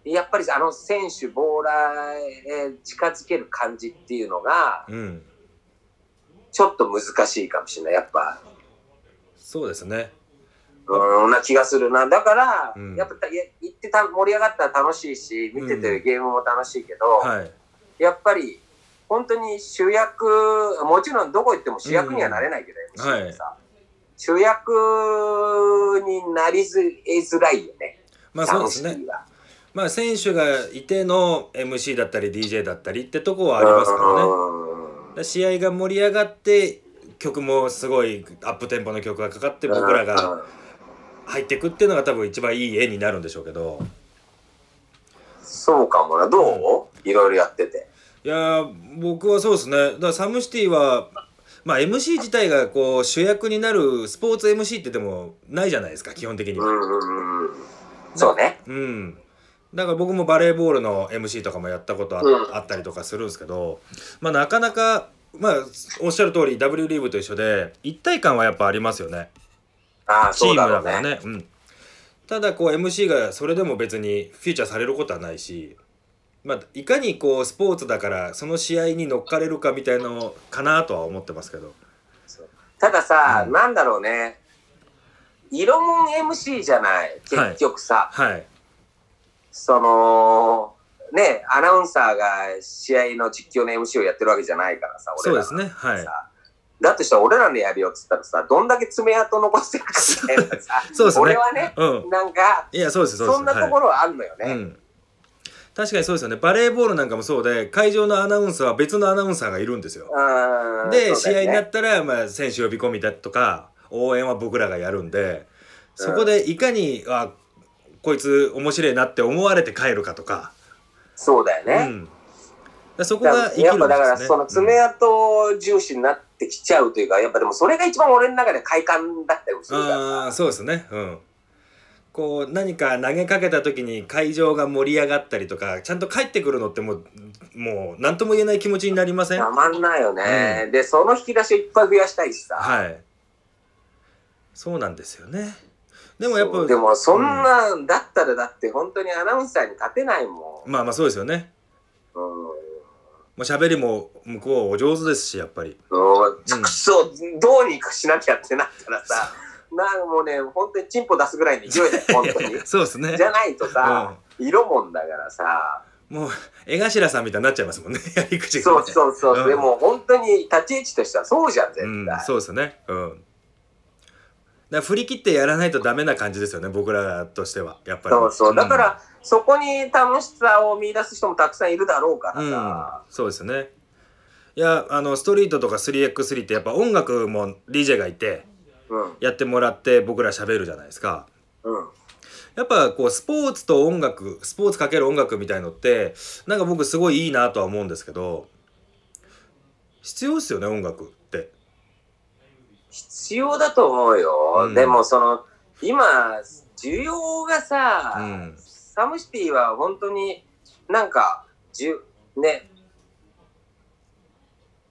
[SPEAKER 3] やっぱりあの選手、ボーラーへ近づける感じっていうのが、
[SPEAKER 2] うん。
[SPEAKER 3] ちょっと難しいかもしれない、やっぱ。
[SPEAKER 2] そうですね。
[SPEAKER 3] うん、な気がするな。だから、
[SPEAKER 2] うん
[SPEAKER 3] やっぱり行ってた盛り上がったら楽しいし、見てて
[SPEAKER 2] うん
[SPEAKER 3] ゲームも楽しいけど、
[SPEAKER 2] はい。
[SPEAKER 3] やっぱり、本当に主役、もちろんどこ行っても主役にはなれないけど、
[SPEAKER 2] うん
[SPEAKER 3] MC ってさ主役になりづづらいよね。
[SPEAKER 2] まあ、
[SPEAKER 3] サ
[SPEAKER 2] そう
[SPEAKER 3] ム
[SPEAKER 2] です
[SPEAKER 3] シ
[SPEAKER 2] ね
[SPEAKER 3] ティ。は
[SPEAKER 2] まあ選手がいての MC だったり DJ だったりってとこはありますからね。だか
[SPEAKER 3] うん
[SPEAKER 2] ら試合が盛り上がって曲もすごいアップテンポの曲がかかって僕ら
[SPEAKER 3] う
[SPEAKER 2] が
[SPEAKER 3] ん
[SPEAKER 2] 入ってくっていうのが多分一番いい絵になるんでしょうけど
[SPEAKER 3] そうかもな。どういろいろやってて。
[SPEAKER 2] いやー僕はそうですねだからサムシティは、まあ、MC 自体がこう主役になるスポーツ MC ってでもないじゃないですか基本的に
[SPEAKER 3] う
[SPEAKER 2] は。
[SPEAKER 3] んうんうん。そうね。
[SPEAKER 2] うんだから僕もバレーボールの MC とかもやったことあ,、
[SPEAKER 3] うん
[SPEAKER 2] あったりとかするんですけど、まあ、なかなか、まあ、おっしゃる通り W リーグと一緒で一体感はやっぱありますよね
[SPEAKER 3] ああ、
[SPEAKER 2] チー
[SPEAKER 3] そう
[SPEAKER 2] ム
[SPEAKER 3] だろ
[SPEAKER 2] だ
[SPEAKER 3] う
[SPEAKER 2] から
[SPEAKER 3] ね。
[SPEAKER 2] ねうん、ただこう MC がそれでも別にフィーチャーされることはないし、まあ、いかにこうスポーツだからその試合に乗っかれるかみたいのかなとは思ってますけど
[SPEAKER 3] たださ、
[SPEAKER 2] うん
[SPEAKER 3] なんだろうね。色もん MC じゃない。結局さ、
[SPEAKER 2] はい
[SPEAKER 3] その、ね、アナウンサーが試合の実況の MC をやってるわけじゃないからさ、
[SPEAKER 2] そ
[SPEAKER 3] 俺
[SPEAKER 2] う
[SPEAKER 3] ら
[SPEAKER 2] で
[SPEAKER 3] は
[SPEAKER 2] すねはい
[SPEAKER 3] さだとしたら俺らのやるよっつったらさ、どんだけ爪痕残してるかみたいなさ
[SPEAKER 2] [LAUGHS] 、そうですね
[SPEAKER 3] 俺はね、
[SPEAKER 2] うん
[SPEAKER 3] なんか、
[SPEAKER 2] いやそうですそうです
[SPEAKER 3] そんなところはあるのよね。
[SPEAKER 2] はいうん、確かにそうですよねバレーボールなんかもそうで会場のアナウンサーは別のアナウンサーがいるんですよ
[SPEAKER 3] うん
[SPEAKER 2] で、
[SPEAKER 3] そう
[SPEAKER 2] 試合
[SPEAKER 3] だよ
[SPEAKER 2] に
[SPEAKER 3] ね
[SPEAKER 2] なったら、まあ、選手呼び込みだとか応援は僕らがやるんでそこでいかに、あこいつ面白いなって思われて帰るかとか,、
[SPEAKER 3] そうだよ
[SPEAKER 2] う
[SPEAKER 3] ね。
[SPEAKER 2] ん、だからそこ
[SPEAKER 3] だから
[SPEAKER 2] が生きる
[SPEAKER 3] や
[SPEAKER 2] ん
[SPEAKER 3] っ
[SPEAKER 2] で
[SPEAKER 3] ぱ
[SPEAKER 2] す
[SPEAKER 3] だから
[SPEAKER 2] ね
[SPEAKER 3] その爪痕重視になってきちゃうというか、やっぱでもそれが一番俺の中で快感だったりもするから
[SPEAKER 2] あーそうですねうんこう何か投げかけた時に会場が盛り上がったりとかちゃんと帰ってくるのってもうもう何とも言えない気持ちになりません
[SPEAKER 3] たまんないよね、でその引き出しをいっぱい増やしたいしさ、
[SPEAKER 2] はいそうなんですよねでもやっぱ
[SPEAKER 3] そうでもそんな、ん、だったらだって本当にアナウンサーに勝てないもん、
[SPEAKER 2] まあまあそうですよね
[SPEAKER 3] うん
[SPEAKER 2] もう喋りも向こうお上手ですしやっぱり
[SPEAKER 3] うん、くそどうにかしなきゃってなった
[SPEAKER 2] [LAUGHS]
[SPEAKER 3] らさなんかもうね本当にチンポ出すぐらいの勢いだよ本
[SPEAKER 2] [LAUGHS]
[SPEAKER 3] 当に
[SPEAKER 2] そうですね
[SPEAKER 3] じゃないとさ、色もんだからさ
[SPEAKER 2] もう江頭さんみたいになっちゃいますもんね [LAUGHS] やり口が
[SPEAKER 3] そ
[SPEAKER 2] ね、
[SPEAKER 3] うそうそう、
[SPEAKER 2] うん
[SPEAKER 3] でも本当に立ち位置としてはそうじゃん絶対、
[SPEAKER 2] うんそうですよねうんだから振り切ってやらないとダメな感じですよね僕らとしてはやっぱり
[SPEAKER 3] そうそう。だか
[SPEAKER 2] うん
[SPEAKER 3] ら、そこに楽しさを見出す人もたくさんいるだろうから
[SPEAKER 2] うん
[SPEAKER 3] さ。、
[SPEAKER 2] そうですねいやあのストリートとか 3x3 ってやっぱ音楽も DJ がいて
[SPEAKER 3] うん。
[SPEAKER 2] やってもらって僕ら喋るじゃないですか
[SPEAKER 3] うん。
[SPEAKER 2] やっぱこうスポーツと音楽スポーツかける音楽みたいのってなんか僕すごいいいなとは思うんですけど必要っすよね音楽って
[SPEAKER 3] 必要だと思うよ。
[SPEAKER 2] うん
[SPEAKER 3] でも、その、今、需要がさ、
[SPEAKER 2] うん
[SPEAKER 3] サムシティは本当になんか、じゅ、ね、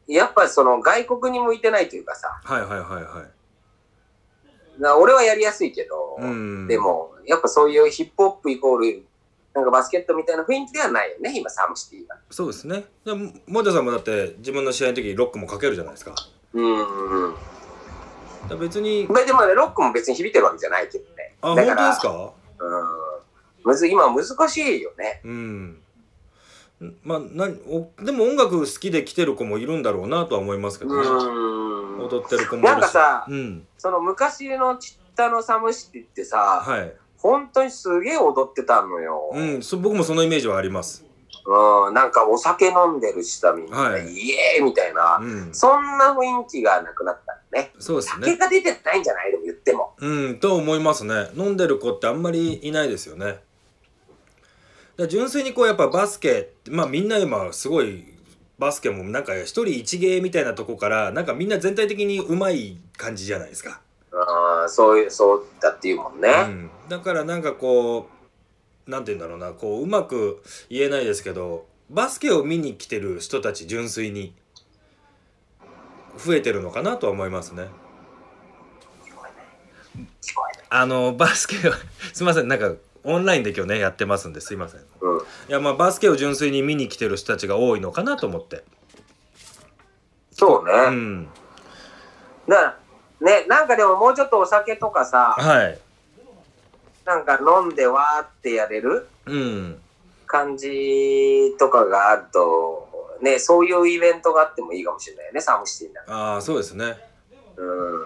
[SPEAKER 3] やっぱその外国に向いてないというかさ、
[SPEAKER 2] はいはいはいはい。
[SPEAKER 3] な俺はやりやすいけど、
[SPEAKER 2] うん
[SPEAKER 3] でも、やっぱそういうヒップホップイコール、なんかバスケットみたいな雰囲気ではないよね、今、サムシティが。
[SPEAKER 2] そうですね。でも、もじゃさんもだって自分の試合の時にロックもかけるじゃないですか。
[SPEAKER 3] うんうん。
[SPEAKER 2] だから別に、
[SPEAKER 3] まあでもね、ロックも別に響いてるわけじゃないけどね。
[SPEAKER 2] あ、本
[SPEAKER 3] だ
[SPEAKER 2] 当
[SPEAKER 3] か
[SPEAKER 2] で
[SPEAKER 3] ら
[SPEAKER 2] すか
[SPEAKER 3] うん。むず、今難しいよね。
[SPEAKER 2] うん。まあ、なおでも音楽好きで来てる子もいるんだろうなとは思いますけどね。
[SPEAKER 3] うん。
[SPEAKER 2] 踊ってる子もいるし。
[SPEAKER 3] なんかさ、
[SPEAKER 2] うん。
[SPEAKER 3] その昔のちったのサムシティってさ、
[SPEAKER 2] はい。
[SPEAKER 3] 本当にすげえ踊ってたのよ。
[SPEAKER 2] うん、そ僕もそのイメージはあります。
[SPEAKER 3] うん、なんかお酒飲んでるしさ、みんな、
[SPEAKER 2] はい
[SPEAKER 3] イエーイみたいな、
[SPEAKER 2] うん。
[SPEAKER 3] そんな雰囲気がなくなったのね。
[SPEAKER 2] そうです
[SPEAKER 3] 酒
[SPEAKER 2] ね。
[SPEAKER 3] が出てないんじゃないでも言っても。
[SPEAKER 2] うん、と思いますね。飲んでる子ってあんまりいないですよね。だから純粋にこうやっぱバスケってまあみんな今すごいバスケもなんか一人一芸みたいなとこからなんかみんな全体的にうまい感じじゃないですか。
[SPEAKER 3] うん、そういう、そうだっていうもんね。
[SPEAKER 2] うん、だからなんかこうなんて言うんだろうなこううまく言えないですけどバスケを見に来てる人たち純粋に増えてるのかなとは思いますね。
[SPEAKER 3] 聞こえない。聞こえない。
[SPEAKER 2] あのバスケを [LAUGHS] すいませんなんかオンラインで今日ねやってますんですいません。い
[SPEAKER 3] うん。
[SPEAKER 2] やまあバスケを純粋に見に来てる人たちが多いのかなと思って。
[SPEAKER 3] そうね。
[SPEAKER 2] うん。
[SPEAKER 3] だから、ね、なんかでももうちょっとお酒とかさ、
[SPEAKER 2] はい。
[SPEAKER 3] なんか飲んでわーってやれる
[SPEAKER 2] うん。
[SPEAKER 3] 感じとかがあると、ね、そういうイベントがあってもいいかもしれないよね、サムシティなら。
[SPEAKER 2] ああそうですね。
[SPEAKER 3] うん。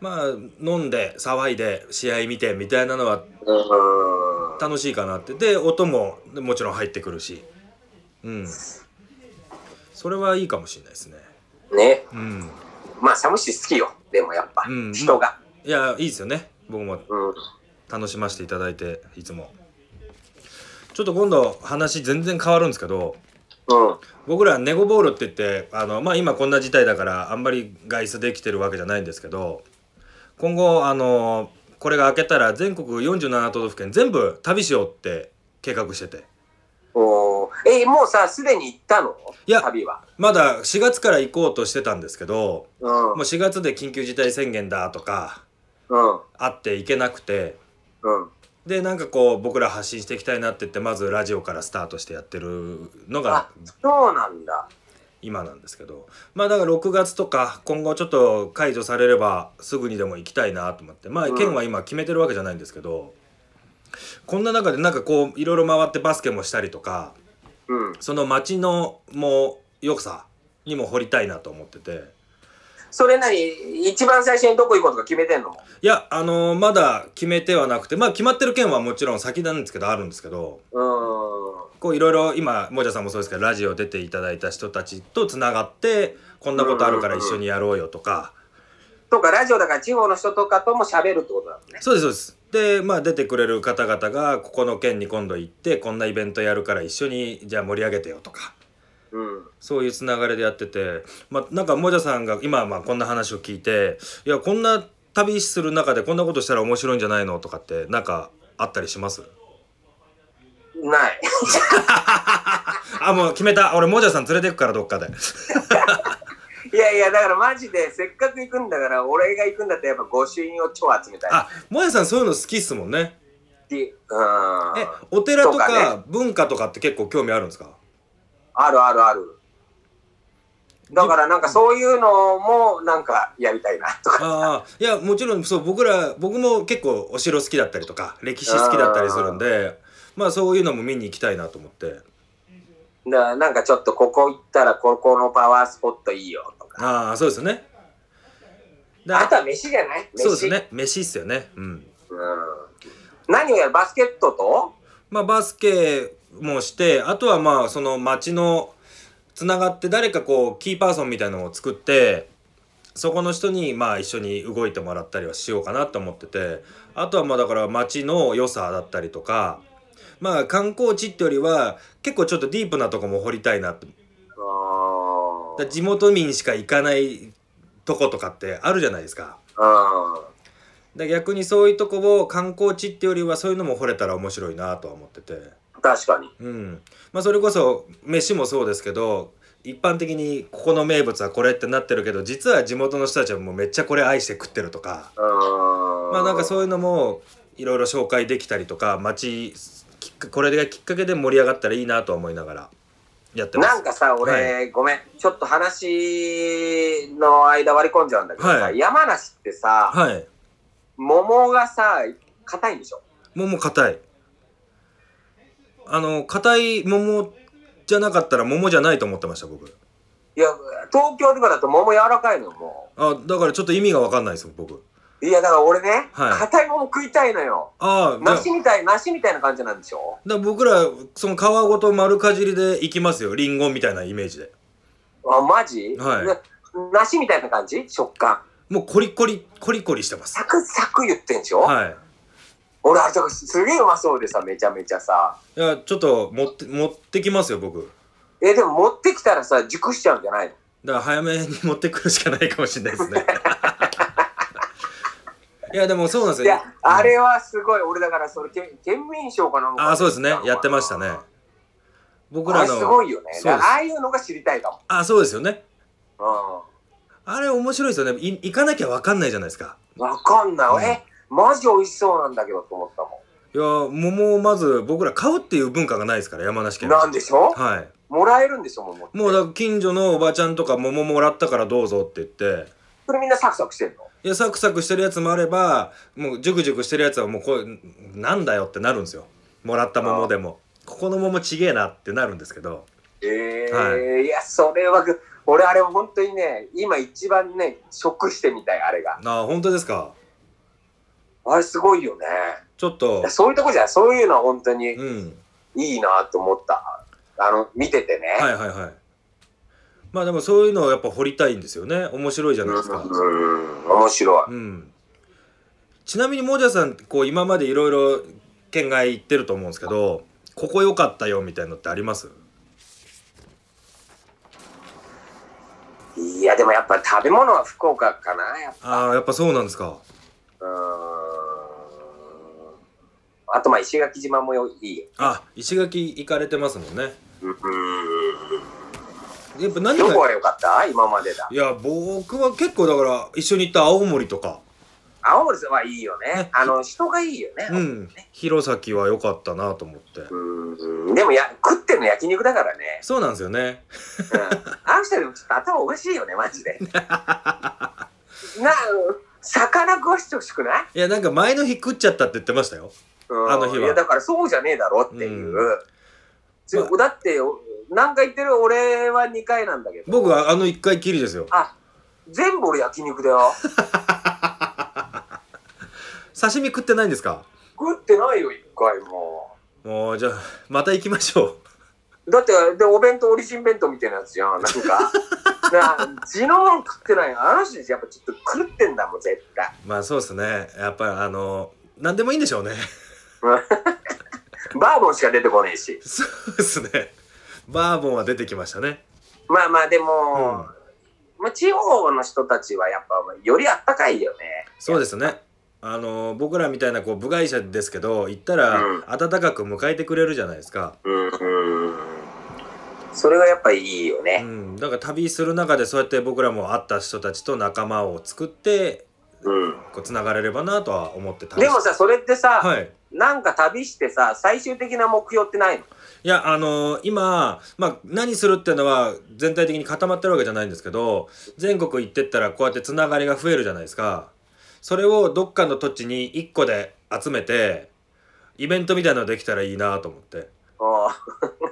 [SPEAKER 2] まあ飲んで騒いで試合見てみたいなのは
[SPEAKER 3] うん。
[SPEAKER 2] 楽しいかなってで音ももちろん入ってくるしうんそれはいいかもしれないですね
[SPEAKER 3] ね。
[SPEAKER 2] うん
[SPEAKER 3] まあ、サムシティ好きよ。でもやっぱ、
[SPEAKER 2] うん
[SPEAKER 3] 人が。
[SPEAKER 2] いやいいですよね僕も
[SPEAKER 3] うん。
[SPEAKER 2] 楽しませていただいていつもちょっと今度話全然変わるんですけど
[SPEAKER 3] うん。
[SPEAKER 2] 僕らネゴボールって言ってあのまあ今こんな事態だからあんまり外出できてるわけじゃないんですけど今後あのこれが明けたら全国47都道府県全部旅しようって計画してて
[SPEAKER 3] おーえ、もうさ、すでに行ったの
[SPEAKER 2] いや
[SPEAKER 3] 旅は。
[SPEAKER 2] まだ4月から行こうとしてたんですけど
[SPEAKER 3] うん。
[SPEAKER 2] も
[SPEAKER 3] うん
[SPEAKER 2] う。4月で緊急事態宣言だとかあっていけなくて
[SPEAKER 3] うん。
[SPEAKER 2] でなんかこう僕ら発信していきたいなって言ってまずラジオからスタートしてやってるのが
[SPEAKER 3] あそうなんだ。
[SPEAKER 2] 今なんですけどまあだから6月とか今後ちょっと解除されればすぐにでも行きたいなと思ってまあ
[SPEAKER 3] うん
[SPEAKER 2] 県は今決めてるわけじゃないんですけど、こんな中でなんかこういろいろ回ってバスケもしたりとか
[SPEAKER 3] うん。
[SPEAKER 2] その街のもう良さにも掘りたいなと思ってて。
[SPEAKER 3] それなに、一番最初にどこ行こうとか決めてんの
[SPEAKER 2] いや、あのーまだ決めてはなくて、まあ決まってる件はもちろん先なんですけど、あるんですけど、
[SPEAKER 3] うん。
[SPEAKER 2] こういろいろ今、もじゃさんもそうですけど、ラジオ出ていただいた人たちとつながって、こんなことあるから一緒にやろうよとか、
[SPEAKER 3] とか、ラジオだから地方の人とかとも喋るってことだもんね。
[SPEAKER 2] そうです、そうです。で、まあ出てくれる方々が、ここの県に今度行って、こんなイベントやるから一緒に、じゃあ盛り上げてよとか、
[SPEAKER 3] うん。
[SPEAKER 2] そういうつながりでやってて、まあなんかもじゃさんが今、まあこんな話を聞いて、いや、こんな旅する中でこんなことしたら面白いんじゃないのとかって、なんかあったりします
[SPEAKER 3] ない。
[SPEAKER 2] あ、もう決めた。俺、もじゃさん連れてくから、どっかで。
[SPEAKER 3] いやいや、だからマジで、せっかく行くんだから、俺が行くんだったらやっぱ御朱印を超集めたい。
[SPEAKER 2] あ、もじゃさんそういうの好きっすもんね。
[SPEAKER 3] で
[SPEAKER 2] え
[SPEAKER 3] うん。、
[SPEAKER 2] お寺と
[SPEAKER 3] とか
[SPEAKER 2] か文化とかって結構興味あるんですか
[SPEAKER 3] あるあるある。だからなんかそういうのもなんかやりたいなとか。
[SPEAKER 2] ああ、いや、もちろん、そう、僕ら、僕も結構お城好きだったりとか、歴史好きだったりするんで、まあそういうのも見に行きたいなと思って。
[SPEAKER 3] だからなんかちょっとここ行ったらここのパワースポットいいよとか。
[SPEAKER 2] ああ、そうですよね。で
[SPEAKER 3] あとは飯じゃない飯
[SPEAKER 2] そうです。ね。飯っすよね。うん。
[SPEAKER 3] うん。何をやるバスケットと
[SPEAKER 2] まあ、バスケもしてあとはまあその町のつながって誰かこうキーパーソンみたいなのを作ってそこの人にまあ一緒に動いてもらったりはしようかなと思っててあとはまあだから町の良さだったりとかまあ観光地ってよりは結構ちょっとディープなとこも掘りたいなってだか
[SPEAKER 3] う
[SPEAKER 2] ら
[SPEAKER 3] ん。
[SPEAKER 2] 地元民しか行かないとことかってあるじゃないですか。
[SPEAKER 3] うん
[SPEAKER 2] だから逆にそういうとこを観光地ってよりはそういうのも掘れたら面白いなとは思ってて。
[SPEAKER 3] 確かに。
[SPEAKER 2] うん、まあそれこそ飯もそうですけど一般的にここの名物はこれってなってるけど実は地元の人たちはもうめっちゃこれ愛して食ってるとかま
[SPEAKER 3] ま
[SPEAKER 2] あなんかそういうのもいろいろ紹介できたりとか街きっかこれがきっかけで盛り上がったらいいなと思いながらやってます。
[SPEAKER 3] なんかさ、俺、
[SPEAKER 2] は
[SPEAKER 3] ごめん、ちょっと話の間割り込んじゃうんだけどさ、
[SPEAKER 2] はい
[SPEAKER 3] 山梨ってさ、
[SPEAKER 2] はい
[SPEAKER 3] 桃がさ、硬いんでしょ
[SPEAKER 2] 桃硬いあの硬い桃じゃなかったら桃じゃないと思ってました僕
[SPEAKER 3] いや、東京とかだと桃柔らかいのよも
[SPEAKER 2] あだからちょっと意味が分かんないです僕
[SPEAKER 3] う。いや、だから俺ね、
[SPEAKER 2] はい
[SPEAKER 3] 硬い桃食いたいのよ。
[SPEAKER 2] ああだだか
[SPEAKER 3] 梨みたい、梨みたいな感じなんでしょ
[SPEAKER 2] ら僕らその皮ごと丸かじりでいきますよリンゴみたいなイメージで
[SPEAKER 3] あ、マジ、
[SPEAKER 2] はい
[SPEAKER 3] な梨みたいな感じ食感。
[SPEAKER 2] もうコリコリコリコリしてます
[SPEAKER 3] サクサク言ってんでしょ、
[SPEAKER 2] はい
[SPEAKER 3] 俺、あれとかすげえうまそうでさ、めちゃめちゃさ。
[SPEAKER 2] いやちょっと持って持ってきますよ僕
[SPEAKER 3] え、でも持ってきたらさ、熟しちゃうんじゃないの
[SPEAKER 2] だから早めに持ってくるしかないかもしれないです
[SPEAKER 3] [LAUGHS]
[SPEAKER 2] ねいやでもそうなんですよ
[SPEAKER 3] いや、あれはすごい、俺だから、それ、県県民賞かなんか
[SPEAKER 2] ああそうですねやってましたね僕
[SPEAKER 3] あ
[SPEAKER 2] ら
[SPEAKER 3] れ
[SPEAKER 2] の
[SPEAKER 3] すごいよ
[SPEAKER 2] そう
[SPEAKER 3] ね。
[SPEAKER 2] です
[SPEAKER 3] だからああいうのが知りたいか
[SPEAKER 2] あそうですよね
[SPEAKER 3] も。
[SPEAKER 2] あれ面白いですよね。い行かなきゃわかんないじゃないですか。
[SPEAKER 3] うん。わかんない。
[SPEAKER 2] うん
[SPEAKER 3] え、マジ美味しそうなんだけどと思ったも
[SPEAKER 2] いやー、桃をまず僕ら買うっていう文化がないですから、山梨
[SPEAKER 3] ん。
[SPEAKER 2] 県は。
[SPEAKER 3] なんでしょ
[SPEAKER 2] はい。
[SPEAKER 3] もらえるんでしょ、もう。
[SPEAKER 2] もうだから近所のおばちゃんとか桃もらったからどうぞって言って、
[SPEAKER 3] それみんなサクサクしてんの
[SPEAKER 2] いや、サクサクしてるやつもあれば、もうジュクジュクしてるやつはもうこう、なんだよってなるんですよ。もらった桃でも。ここの桃ちげえなってなるんですけど。
[SPEAKER 3] ええい、や、それはぐ、俺あれ本当にね、今一番ね、食してみたい、あれが。
[SPEAKER 2] ああ、本当ですか。
[SPEAKER 3] あれすごいよね。
[SPEAKER 2] ちょっと
[SPEAKER 3] いや、そういうとこじゃない、そういうのは本当に
[SPEAKER 2] うん。
[SPEAKER 3] いいなと思った。あの、見ててね。
[SPEAKER 2] はいはいはい。まあでもそういうのをやっぱ掘りたいんですよね。面白いじゃないですか。
[SPEAKER 3] うん、面白い。
[SPEAKER 2] うん、ちなみにもじゃさんこう今までいろいろ県外行ってると思うんですけどここ良かったよみたいのってあります
[SPEAKER 3] いや、でもやっぱ食べ物は福岡かな、やっぱ。
[SPEAKER 2] ああやっぱそうなんですか
[SPEAKER 3] うーん。あと、まあ、石垣島もいい。
[SPEAKER 2] あ石垣行かれてますもんね
[SPEAKER 3] うん。
[SPEAKER 2] やっぱ何
[SPEAKER 3] どこ
[SPEAKER 2] が
[SPEAKER 3] が良かった今までだ。
[SPEAKER 2] いや僕は結構だから一緒に行った青森とか
[SPEAKER 3] 青森はいいよね
[SPEAKER 2] ね。
[SPEAKER 3] あの、人がいいよね。
[SPEAKER 2] うん弘前は良かったなと思って
[SPEAKER 3] うん。でもや、食ってんの焼肉だからね。
[SPEAKER 2] そうなんですよね
[SPEAKER 3] うん。あの人でもちょっと頭おかしいよね、マジ [LAUGHS] で。な、魚食わしてほしくない
[SPEAKER 2] いやなんか前の日食っちゃったって言ってましたよ
[SPEAKER 3] うん
[SPEAKER 2] あの日はい
[SPEAKER 3] や、だからそうじゃねえだろっていう。
[SPEAKER 2] うん
[SPEAKER 3] ちょだって、お何回言ってる俺は2回なんだけど。
[SPEAKER 2] 僕はあの一回きりですよ
[SPEAKER 3] あ、全部俺焼肉だよ。 [LAUGHS]
[SPEAKER 2] 刺身食ってないんですか
[SPEAKER 3] 食ってないよ、一回も。
[SPEAKER 2] もうじゃあまた行きましょ
[SPEAKER 3] だって、で、お弁当、オリジン弁当みたいなやつじゃん、なんか。
[SPEAKER 2] [LAUGHS]
[SPEAKER 3] な地のもん食ってないあの人たちやっぱちょっと狂ってんだもん、絶対。
[SPEAKER 2] [LAUGHS] うまあそうですねやっぱりあの何でもいいんでしょうね [LAUGHS]
[SPEAKER 3] バーボンしか出てこねえし。
[SPEAKER 2] そうですね。バーボンは出てきましたね。
[SPEAKER 3] まあまあ、で
[SPEAKER 2] う
[SPEAKER 3] も、
[SPEAKER 2] ん。
[SPEAKER 3] まあ、地方の人たちはやっぱ、よりあったかいよね。
[SPEAKER 2] そうですね。あの僕らみたいなこう部外者ですけど行ったら
[SPEAKER 3] うん
[SPEAKER 2] 温かく迎えてくれるじゃないですか、
[SPEAKER 3] うん。それがやっぱいいよ
[SPEAKER 2] う
[SPEAKER 3] ね。
[SPEAKER 2] ん、だから旅する中でそうやって僕らも会った人たちと仲間を作って
[SPEAKER 3] うん。
[SPEAKER 2] こうつながれればなとは思ってた
[SPEAKER 3] でもさ、それってさ、
[SPEAKER 2] はい
[SPEAKER 3] なんか旅してさ、最終的な目標ってないの
[SPEAKER 2] いやあの今、まあ、何するっていうのは全体的に固まってるわけじゃないんですけど全国行ってったらこうやってつながりが増えるじゃないですかそれをどっかの土地に1個で集めてイベントみたいなのできたらいいなと思って
[SPEAKER 3] おー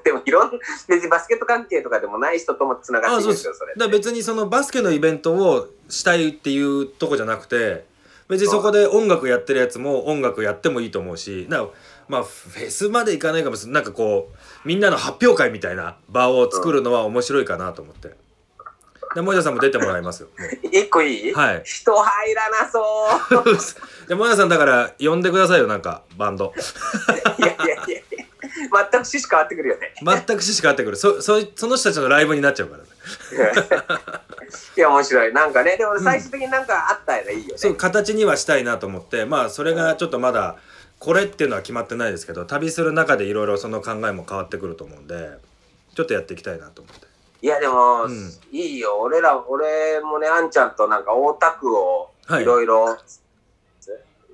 [SPEAKER 3] [LAUGHS] でもいろんな、別にバスケット関係とかでもない人ともつながっていいんですよ、そ
[SPEAKER 2] だ
[SPEAKER 3] れ
[SPEAKER 2] か。ら別にそのバスケのイベントをしたいっていうとこじゃなくて別にそこで音楽やってるやつも音楽やってもいいと思うしなんかまあフェスまでいかないかもしれないなんかこうみんなの発表会みたいな場を作るのは面白いかなと思ってでもじゃさんも出てもらいますよも
[SPEAKER 3] 一個いい、
[SPEAKER 2] うはい
[SPEAKER 3] 人入らなそう。
[SPEAKER 2] でもじゃさんだから呼んでくださいよなんかバンド
[SPEAKER 3] いやいやいやいや。全く趣旨変わってくるよ
[SPEAKER 2] [LAUGHS]
[SPEAKER 3] ね。
[SPEAKER 2] 全く趣旨変わってくるそそその人たちのライブになっちゃうからね
[SPEAKER 3] いや、面白い。なんかね、でも最終的になんかあったらいいよ
[SPEAKER 2] そ
[SPEAKER 3] ね。
[SPEAKER 2] う形にはしたいなと思ってまあそれがちょっとまだこれっていうのは決まってないですけど旅する中でいろいろその考えも変わってくると思うんでちょっとやっていきたいなと思って
[SPEAKER 3] いやでも、
[SPEAKER 2] うん
[SPEAKER 3] いいよ俺ら俺もねあんちゃんとなんか大田区を
[SPEAKER 2] はい
[SPEAKER 3] いろいろ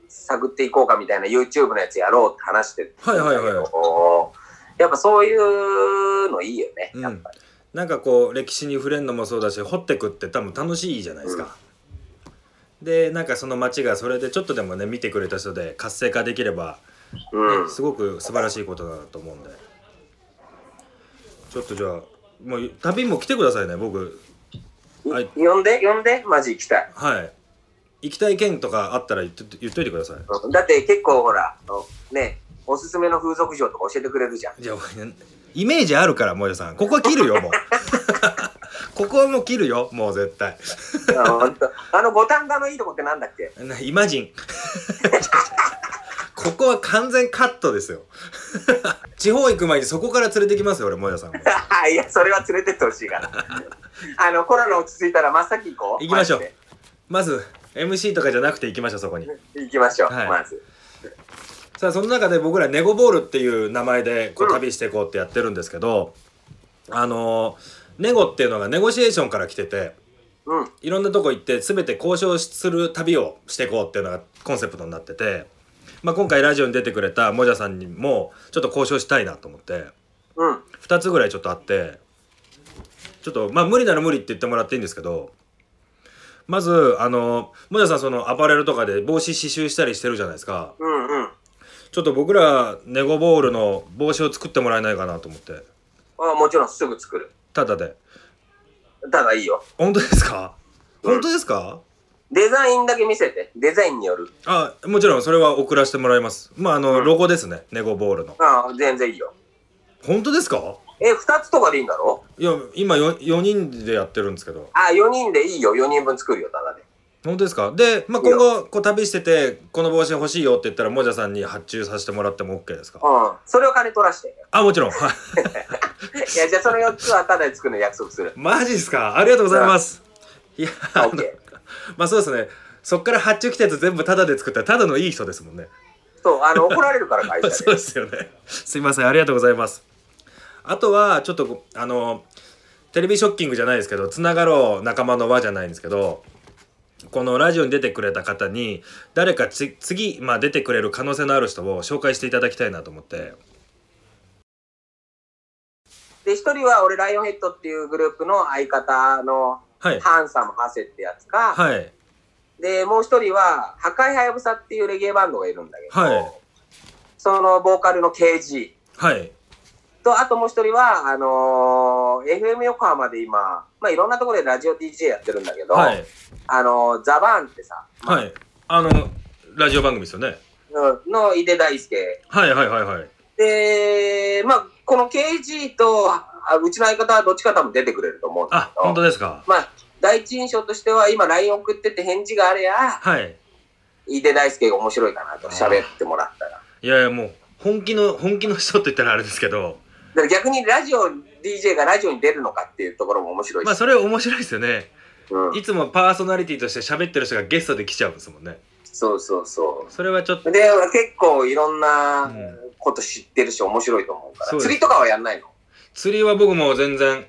[SPEAKER 3] 探っていこうかみたいな YouTube のやつやろうって話してたんだけ
[SPEAKER 2] は
[SPEAKER 3] ど
[SPEAKER 2] いはいはい
[SPEAKER 3] やっぱそういうのいいよね、
[SPEAKER 2] うん
[SPEAKER 3] やっぱり
[SPEAKER 2] なんかこう歴史に触れるのもそうだし掘ってくって多分楽しいじゃないですか。でなんかその町がそれでちょっとでもね見てくれた人で活性化できれば
[SPEAKER 3] うん
[SPEAKER 2] すごく素晴らしいことだと思うんでちょっとじゃあもう旅も来てくださいね僕はい
[SPEAKER 3] い呼んで呼んでマジ行きたい
[SPEAKER 2] はい行きたい県とかあったら言っと言っといてください。
[SPEAKER 3] うんだって結構ほらねおすすめの風俗嬢とか教えてくれ
[SPEAKER 2] [LAUGHS]
[SPEAKER 3] るじゃん
[SPEAKER 2] じゃあイメージあるから森田さんここは切るよもう [LAUGHS] ここはもう切るよもう絶対
[SPEAKER 3] あのほんとあの五反田のいいとこってなんだっけ [LAUGHS]
[SPEAKER 2] なイマジン [LAUGHS] ここは完全カットですよ [LAUGHS] 地方行く前にそこから連れてきますよ俺もやさんも
[SPEAKER 3] いやそれは連れてってほしいから
[SPEAKER 2] [LAUGHS]
[SPEAKER 3] あのコロナ落ち着いたら真っ先行こう
[SPEAKER 2] 行きましょう
[SPEAKER 3] マジで
[SPEAKER 2] まず MC とかじゃなくて行きましょうそこに
[SPEAKER 3] [LAUGHS] 行きましょう、
[SPEAKER 2] はい
[SPEAKER 3] まず
[SPEAKER 2] さあその中で僕らネゴボールっていう名前でこう
[SPEAKER 3] うん
[SPEAKER 2] 旅していこうってやってるんですけど、あのーネゴっていうのがネゴシエーションから来てて
[SPEAKER 3] うん
[SPEAKER 2] いろんなとこ行って全て交渉する旅をしていこうっていうのがコンセプトになってて、まあ、今回ラジオに出てくれたもじゃさんにもちょっと交渉したいなと思って。
[SPEAKER 3] うん
[SPEAKER 2] 2つぐらいちょっとあってちょっとまあ無理なら無理って言ってもらっていいんですけどまずあのもやさんそのアパレルとかで帽子刺繍したりしてるじゃないですか
[SPEAKER 3] うんうん
[SPEAKER 2] ちょっと僕らネゴボールの帽子を作ってもらえないかなと思って
[SPEAKER 3] あもちろんすぐ作る
[SPEAKER 2] ただで
[SPEAKER 3] ただいいよ
[SPEAKER 2] 本当ですか
[SPEAKER 3] うん
[SPEAKER 2] 本当ですか、
[SPEAKER 3] デザインだけ見せてデザインによる
[SPEAKER 2] あもちろんそれは送らせてもらいますまああの、
[SPEAKER 3] うん
[SPEAKER 2] ロゴですねネゴボールの
[SPEAKER 3] あ全然いいよ
[SPEAKER 2] 本当ですか
[SPEAKER 3] え二2つとかでいいんだろ
[SPEAKER 2] いや今 4, 4人でやってるんですけど
[SPEAKER 3] あ4人でいいよ4人分作るよただで
[SPEAKER 2] 本当ですかで、まあ、
[SPEAKER 3] いや
[SPEAKER 2] 今後こう旅しててこの帽子欲しいよって言ったらもじゃさんに発注させてもらっても OK ですか
[SPEAKER 3] うんそれを金取らして [LAUGHS]
[SPEAKER 2] あもちろんはい
[SPEAKER 3] いやじゃあその4つはただで作るの約
[SPEAKER 2] [LAUGHS]
[SPEAKER 3] 束する
[SPEAKER 2] [LAUGHS] マジですかありがとうございますいや
[SPEAKER 3] あ
[SPEAKER 2] あ
[SPEAKER 3] オッ
[SPEAKER 2] の
[SPEAKER 3] ケ
[SPEAKER 2] まあそうですねそっから発注来たやつ全部タダで作ったらただのいい人ですもんね
[SPEAKER 3] ーそうあの怒られるから会
[SPEAKER 2] [LAUGHS]
[SPEAKER 3] 社
[SPEAKER 2] そう
[SPEAKER 3] で
[SPEAKER 2] ですよねすいませんありがとうございますあとはちょっとこあのテレビショッキングじゃないですけど「つながろう仲間の輪」じゃないんですけどこのラジオに出てくれた方に誰かつ次、まあ、出てくれる可能性のある人を紹介していただきたいなと思って
[SPEAKER 3] で1人は俺ライオンヘッドっていうグループの相方の
[SPEAKER 2] はい
[SPEAKER 3] ハンサムハセってや
[SPEAKER 2] [LAUGHS]
[SPEAKER 3] つか、
[SPEAKER 2] はい
[SPEAKER 3] でもう1人は破壊はやぶさっていうレゲエバンドがいるんだけど、
[SPEAKER 2] はい
[SPEAKER 3] そのボーカルの KG
[SPEAKER 2] はい
[SPEAKER 3] と、あともう一人は、あのー FM 横浜で今、まあ、いろんなところでラジオ DJ やってるんだけど、
[SPEAKER 2] はい
[SPEAKER 3] あのーザバーンってさ、
[SPEAKER 2] はいあのラジオ番組ですよね
[SPEAKER 3] うんの井出大輔。
[SPEAKER 2] はいはいはいはい
[SPEAKER 3] で、まあ、この KG と、あうちの相方はどっちか多分出てくれると思うんだ
[SPEAKER 2] あ
[SPEAKER 3] けど、
[SPEAKER 2] 本当ですか
[SPEAKER 3] まあ、第一印象としては、今 LINE 送ってて返事があれや、
[SPEAKER 2] はい
[SPEAKER 3] 井出大輔が面白いかなと喋ってもらったら。
[SPEAKER 2] いやいやもう本気の本気の人って言ったらあれですけど
[SPEAKER 3] だから逆にラジオ、DJ がラジオに出るのかっていうところも面白いし。
[SPEAKER 2] まあそれ面白いですよね
[SPEAKER 3] うん、
[SPEAKER 2] いつもパーソナリティとして喋ってる人がゲストで来ちゃうんですもんね。
[SPEAKER 3] そうそうそう。
[SPEAKER 2] それはちょっと。
[SPEAKER 3] で結構いろんな
[SPEAKER 2] う
[SPEAKER 3] こと知ってるし面白いと思うから、
[SPEAKER 2] そうです
[SPEAKER 3] 釣りとかはやんないの
[SPEAKER 2] 釣りは僕も全然。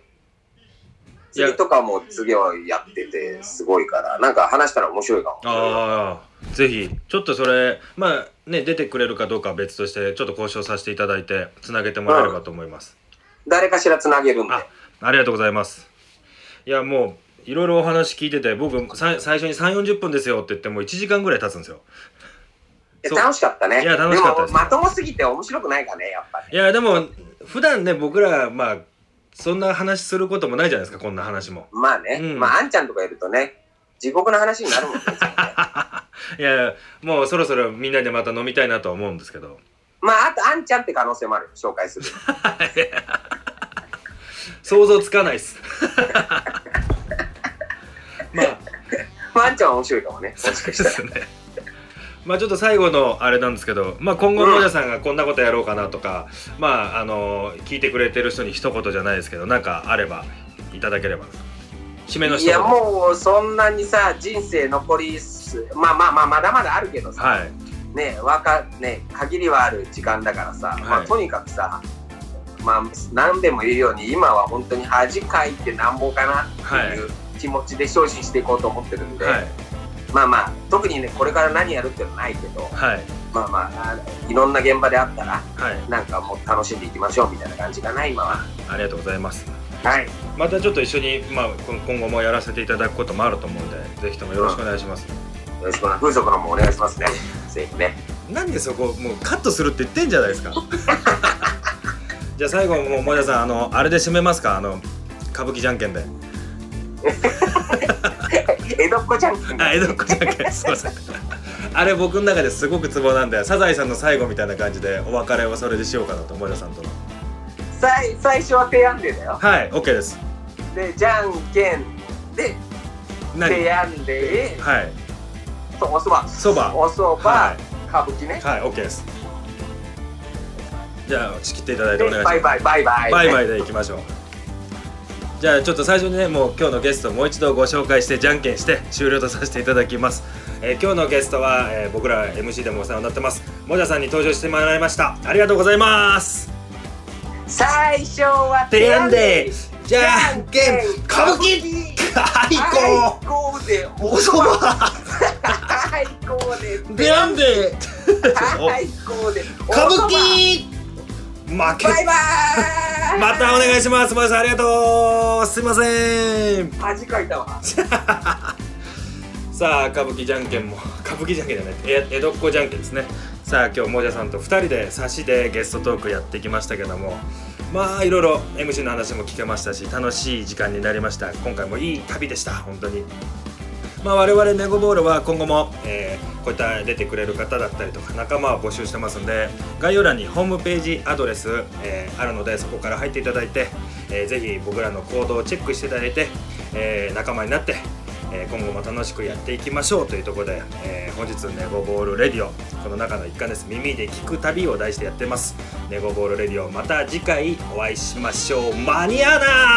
[SPEAKER 2] い
[SPEAKER 3] 釣
[SPEAKER 2] や
[SPEAKER 3] り、とかも次はやっててすごいからなんか話したら面白いかも
[SPEAKER 2] ああ、ぜひ、ちょっとそれ、まあね、出てくれるかどうかは別として、ちょっと交渉させていただいて、つなげてもらえればと思います。
[SPEAKER 3] 誰かしらつなげるんで
[SPEAKER 2] あありがとうございます。いや、もう、いろいろお話聞いてて、僕、さ最初に3、40分ですよって言って、もう1時間ぐらい経つんですよ。
[SPEAKER 3] え
[SPEAKER 2] そう
[SPEAKER 3] 楽しかったね
[SPEAKER 2] いや楽しかったです
[SPEAKER 3] もまともすぎて面白くないかねやっぱ
[SPEAKER 2] いや、でも、普段ね、僕ら、まあ、そんな話することもないじゃないですか、こんな話も。
[SPEAKER 3] まあね、
[SPEAKER 2] うん
[SPEAKER 3] まああんちゃんとかいるとね地獄の話にな
[SPEAKER 2] [LAUGHS]
[SPEAKER 3] るもんね
[SPEAKER 2] いや、もうそろそろみんなでまた飲みたいなとは思うんですけど。
[SPEAKER 3] まああとあんちゃんって可能性もある紹介する
[SPEAKER 2] 想像つかないっす [LAUGHS] まあ
[SPEAKER 3] まああんちゃんは面白いかもねもしかしたら
[SPEAKER 2] すねまあちょっと最後のあれなんですけど、まあ、今後の皆さんがこんなことやろうかなとか、まああの聞いてくれてる人に一言じゃないですけどなんかあればいただければ締めの一
[SPEAKER 3] い
[SPEAKER 2] 言
[SPEAKER 3] やもうそんなにさ人生残りすまあまあまあまだまだあるけどさ、
[SPEAKER 2] はい
[SPEAKER 3] ねわかね限りはある時間だからさ、ま
[SPEAKER 2] は
[SPEAKER 3] あ、
[SPEAKER 2] い
[SPEAKER 3] とにかくさまあ、何べんも言うように今は本当に恥かいてなんぼかなっていう気持ちで精進していこうと思ってるんで、
[SPEAKER 2] はい
[SPEAKER 3] まあまあ特にねこれから何やるっていうのはないけど
[SPEAKER 2] はい
[SPEAKER 3] まあまああのいろんな現場であったら
[SPEAKER 2] はい
[SPEAKER 3] なんかもう楽しんでいきましょうみたいな感じかな今は。
[SPEAKER 2] ありがとうございます
[SPEAKER 3] はい、
[SPEAKER 2] またちょっと一緒に、まあ、今今後もやらせていただくこともあると思うんでぜひともよろしくお願いします、
[SPEAKER 3] よろしくお願い風俗のもお願い
[SPEAKER 2] [LAUGHS]
[SPEAKER 3] しますね。ぜひね。
[SPEAKER 2] なんでそこもうカットするって言ってんじゃないですかじゃあ最後もう森田さんあのあれで締めますかあの歌舞伎じゃんけんで
[SPEAKER 3] 江戸っ子じゃんけん。
[SPEAKER 2] あ江戸っ子じゃんけんすいませんあれ僕の中ですごくツボなんでサザエさんの最後みたいな感じでお別れをそれでしようかなと森田さんとの
[SPEAKER 3] 最最初は提案でだよ。
[SPEAKER 2] はい OK です
[SPEAKER 3] でじゃんけんで
[SPEAKER 2] 何
[SPEAKER 3] 提案で
[SPEAKER 2] はい
[SPEAKER 3] とおそば
[SPEAKER 2] そば
[SPEAKER 3] おそば、
[SPEAKER 2] は
[SPEAKER 3] 歌舞伎ね
[SPEAKER 2] い。はい OK ですじゃあ仕切っていただいて
[SPEAKER 3] で
[SPEAKER 2] お願いしま
[SPEAKER 3] バ
[SPEAKER 2] す
[SPEAKER 3] イバイバイバイ。
[SPEAKER 2] バイバイでいきましょう。じゃあちょっと最初にねもう今日のゲストをもう一度ご紹介してじゃんけんして終了とさせていただきます、えー今日のゲストは、えー僕ら MC でもお世話になってますもじゃさんに登場してもらいましたありがとうございます
[SPEAKER 3] 最初は
[SPEAKER 2] てやんで
[SPEAKER 3] で
[SPEAKER 2] じゃんけん歌舞伎
[SPEAKER 3] 最
[SPEAKER 2] あい
[SPEAKER 3] 高で
[SPEAKER 2] おそば
[SPEAKER 3] 最高で
[SPEAKER 2] でやんで
[SPEAKER 3] 最高で
[SPEAKER 2] 歌舞
[SPEAKER 3] おそ
[SPEAKER 2] 伎負け
[SPEAKER 3] ばバイバイ
[SPEAKER 2] またお願いしますもじゃさんありがとうすいません
[SPEAKER 3] 恥かいたわ
[SPEAKER 2] さあ歌舞伎じゃんけんも歌舞伎じゃんけんじゃないえ江戸っ子じゃんけんですねさあ今日もじゃさんと2人で差しでゲストトークやってきましたけどもまあいろいろ MC の話も聞けましたし楽しい時間になりました今回もいい旅でした本当にまあ我々ネゴボールは今後も、えーこういった出てくれる方だったりとか仲間を募集してますんで概要欄にホームページアドレス、えーあるのでそこから入っていただいて、えーぜひ僕らの行動をチェックしていただいて、えー仲間になって、えー今後も楽しくやっていきましょうというところで、えー本日ネゴボールレディオこの中の一環です耳で聞く旅を題してやってますネゴボールレディオまた次回お会いしましょうマニアーナ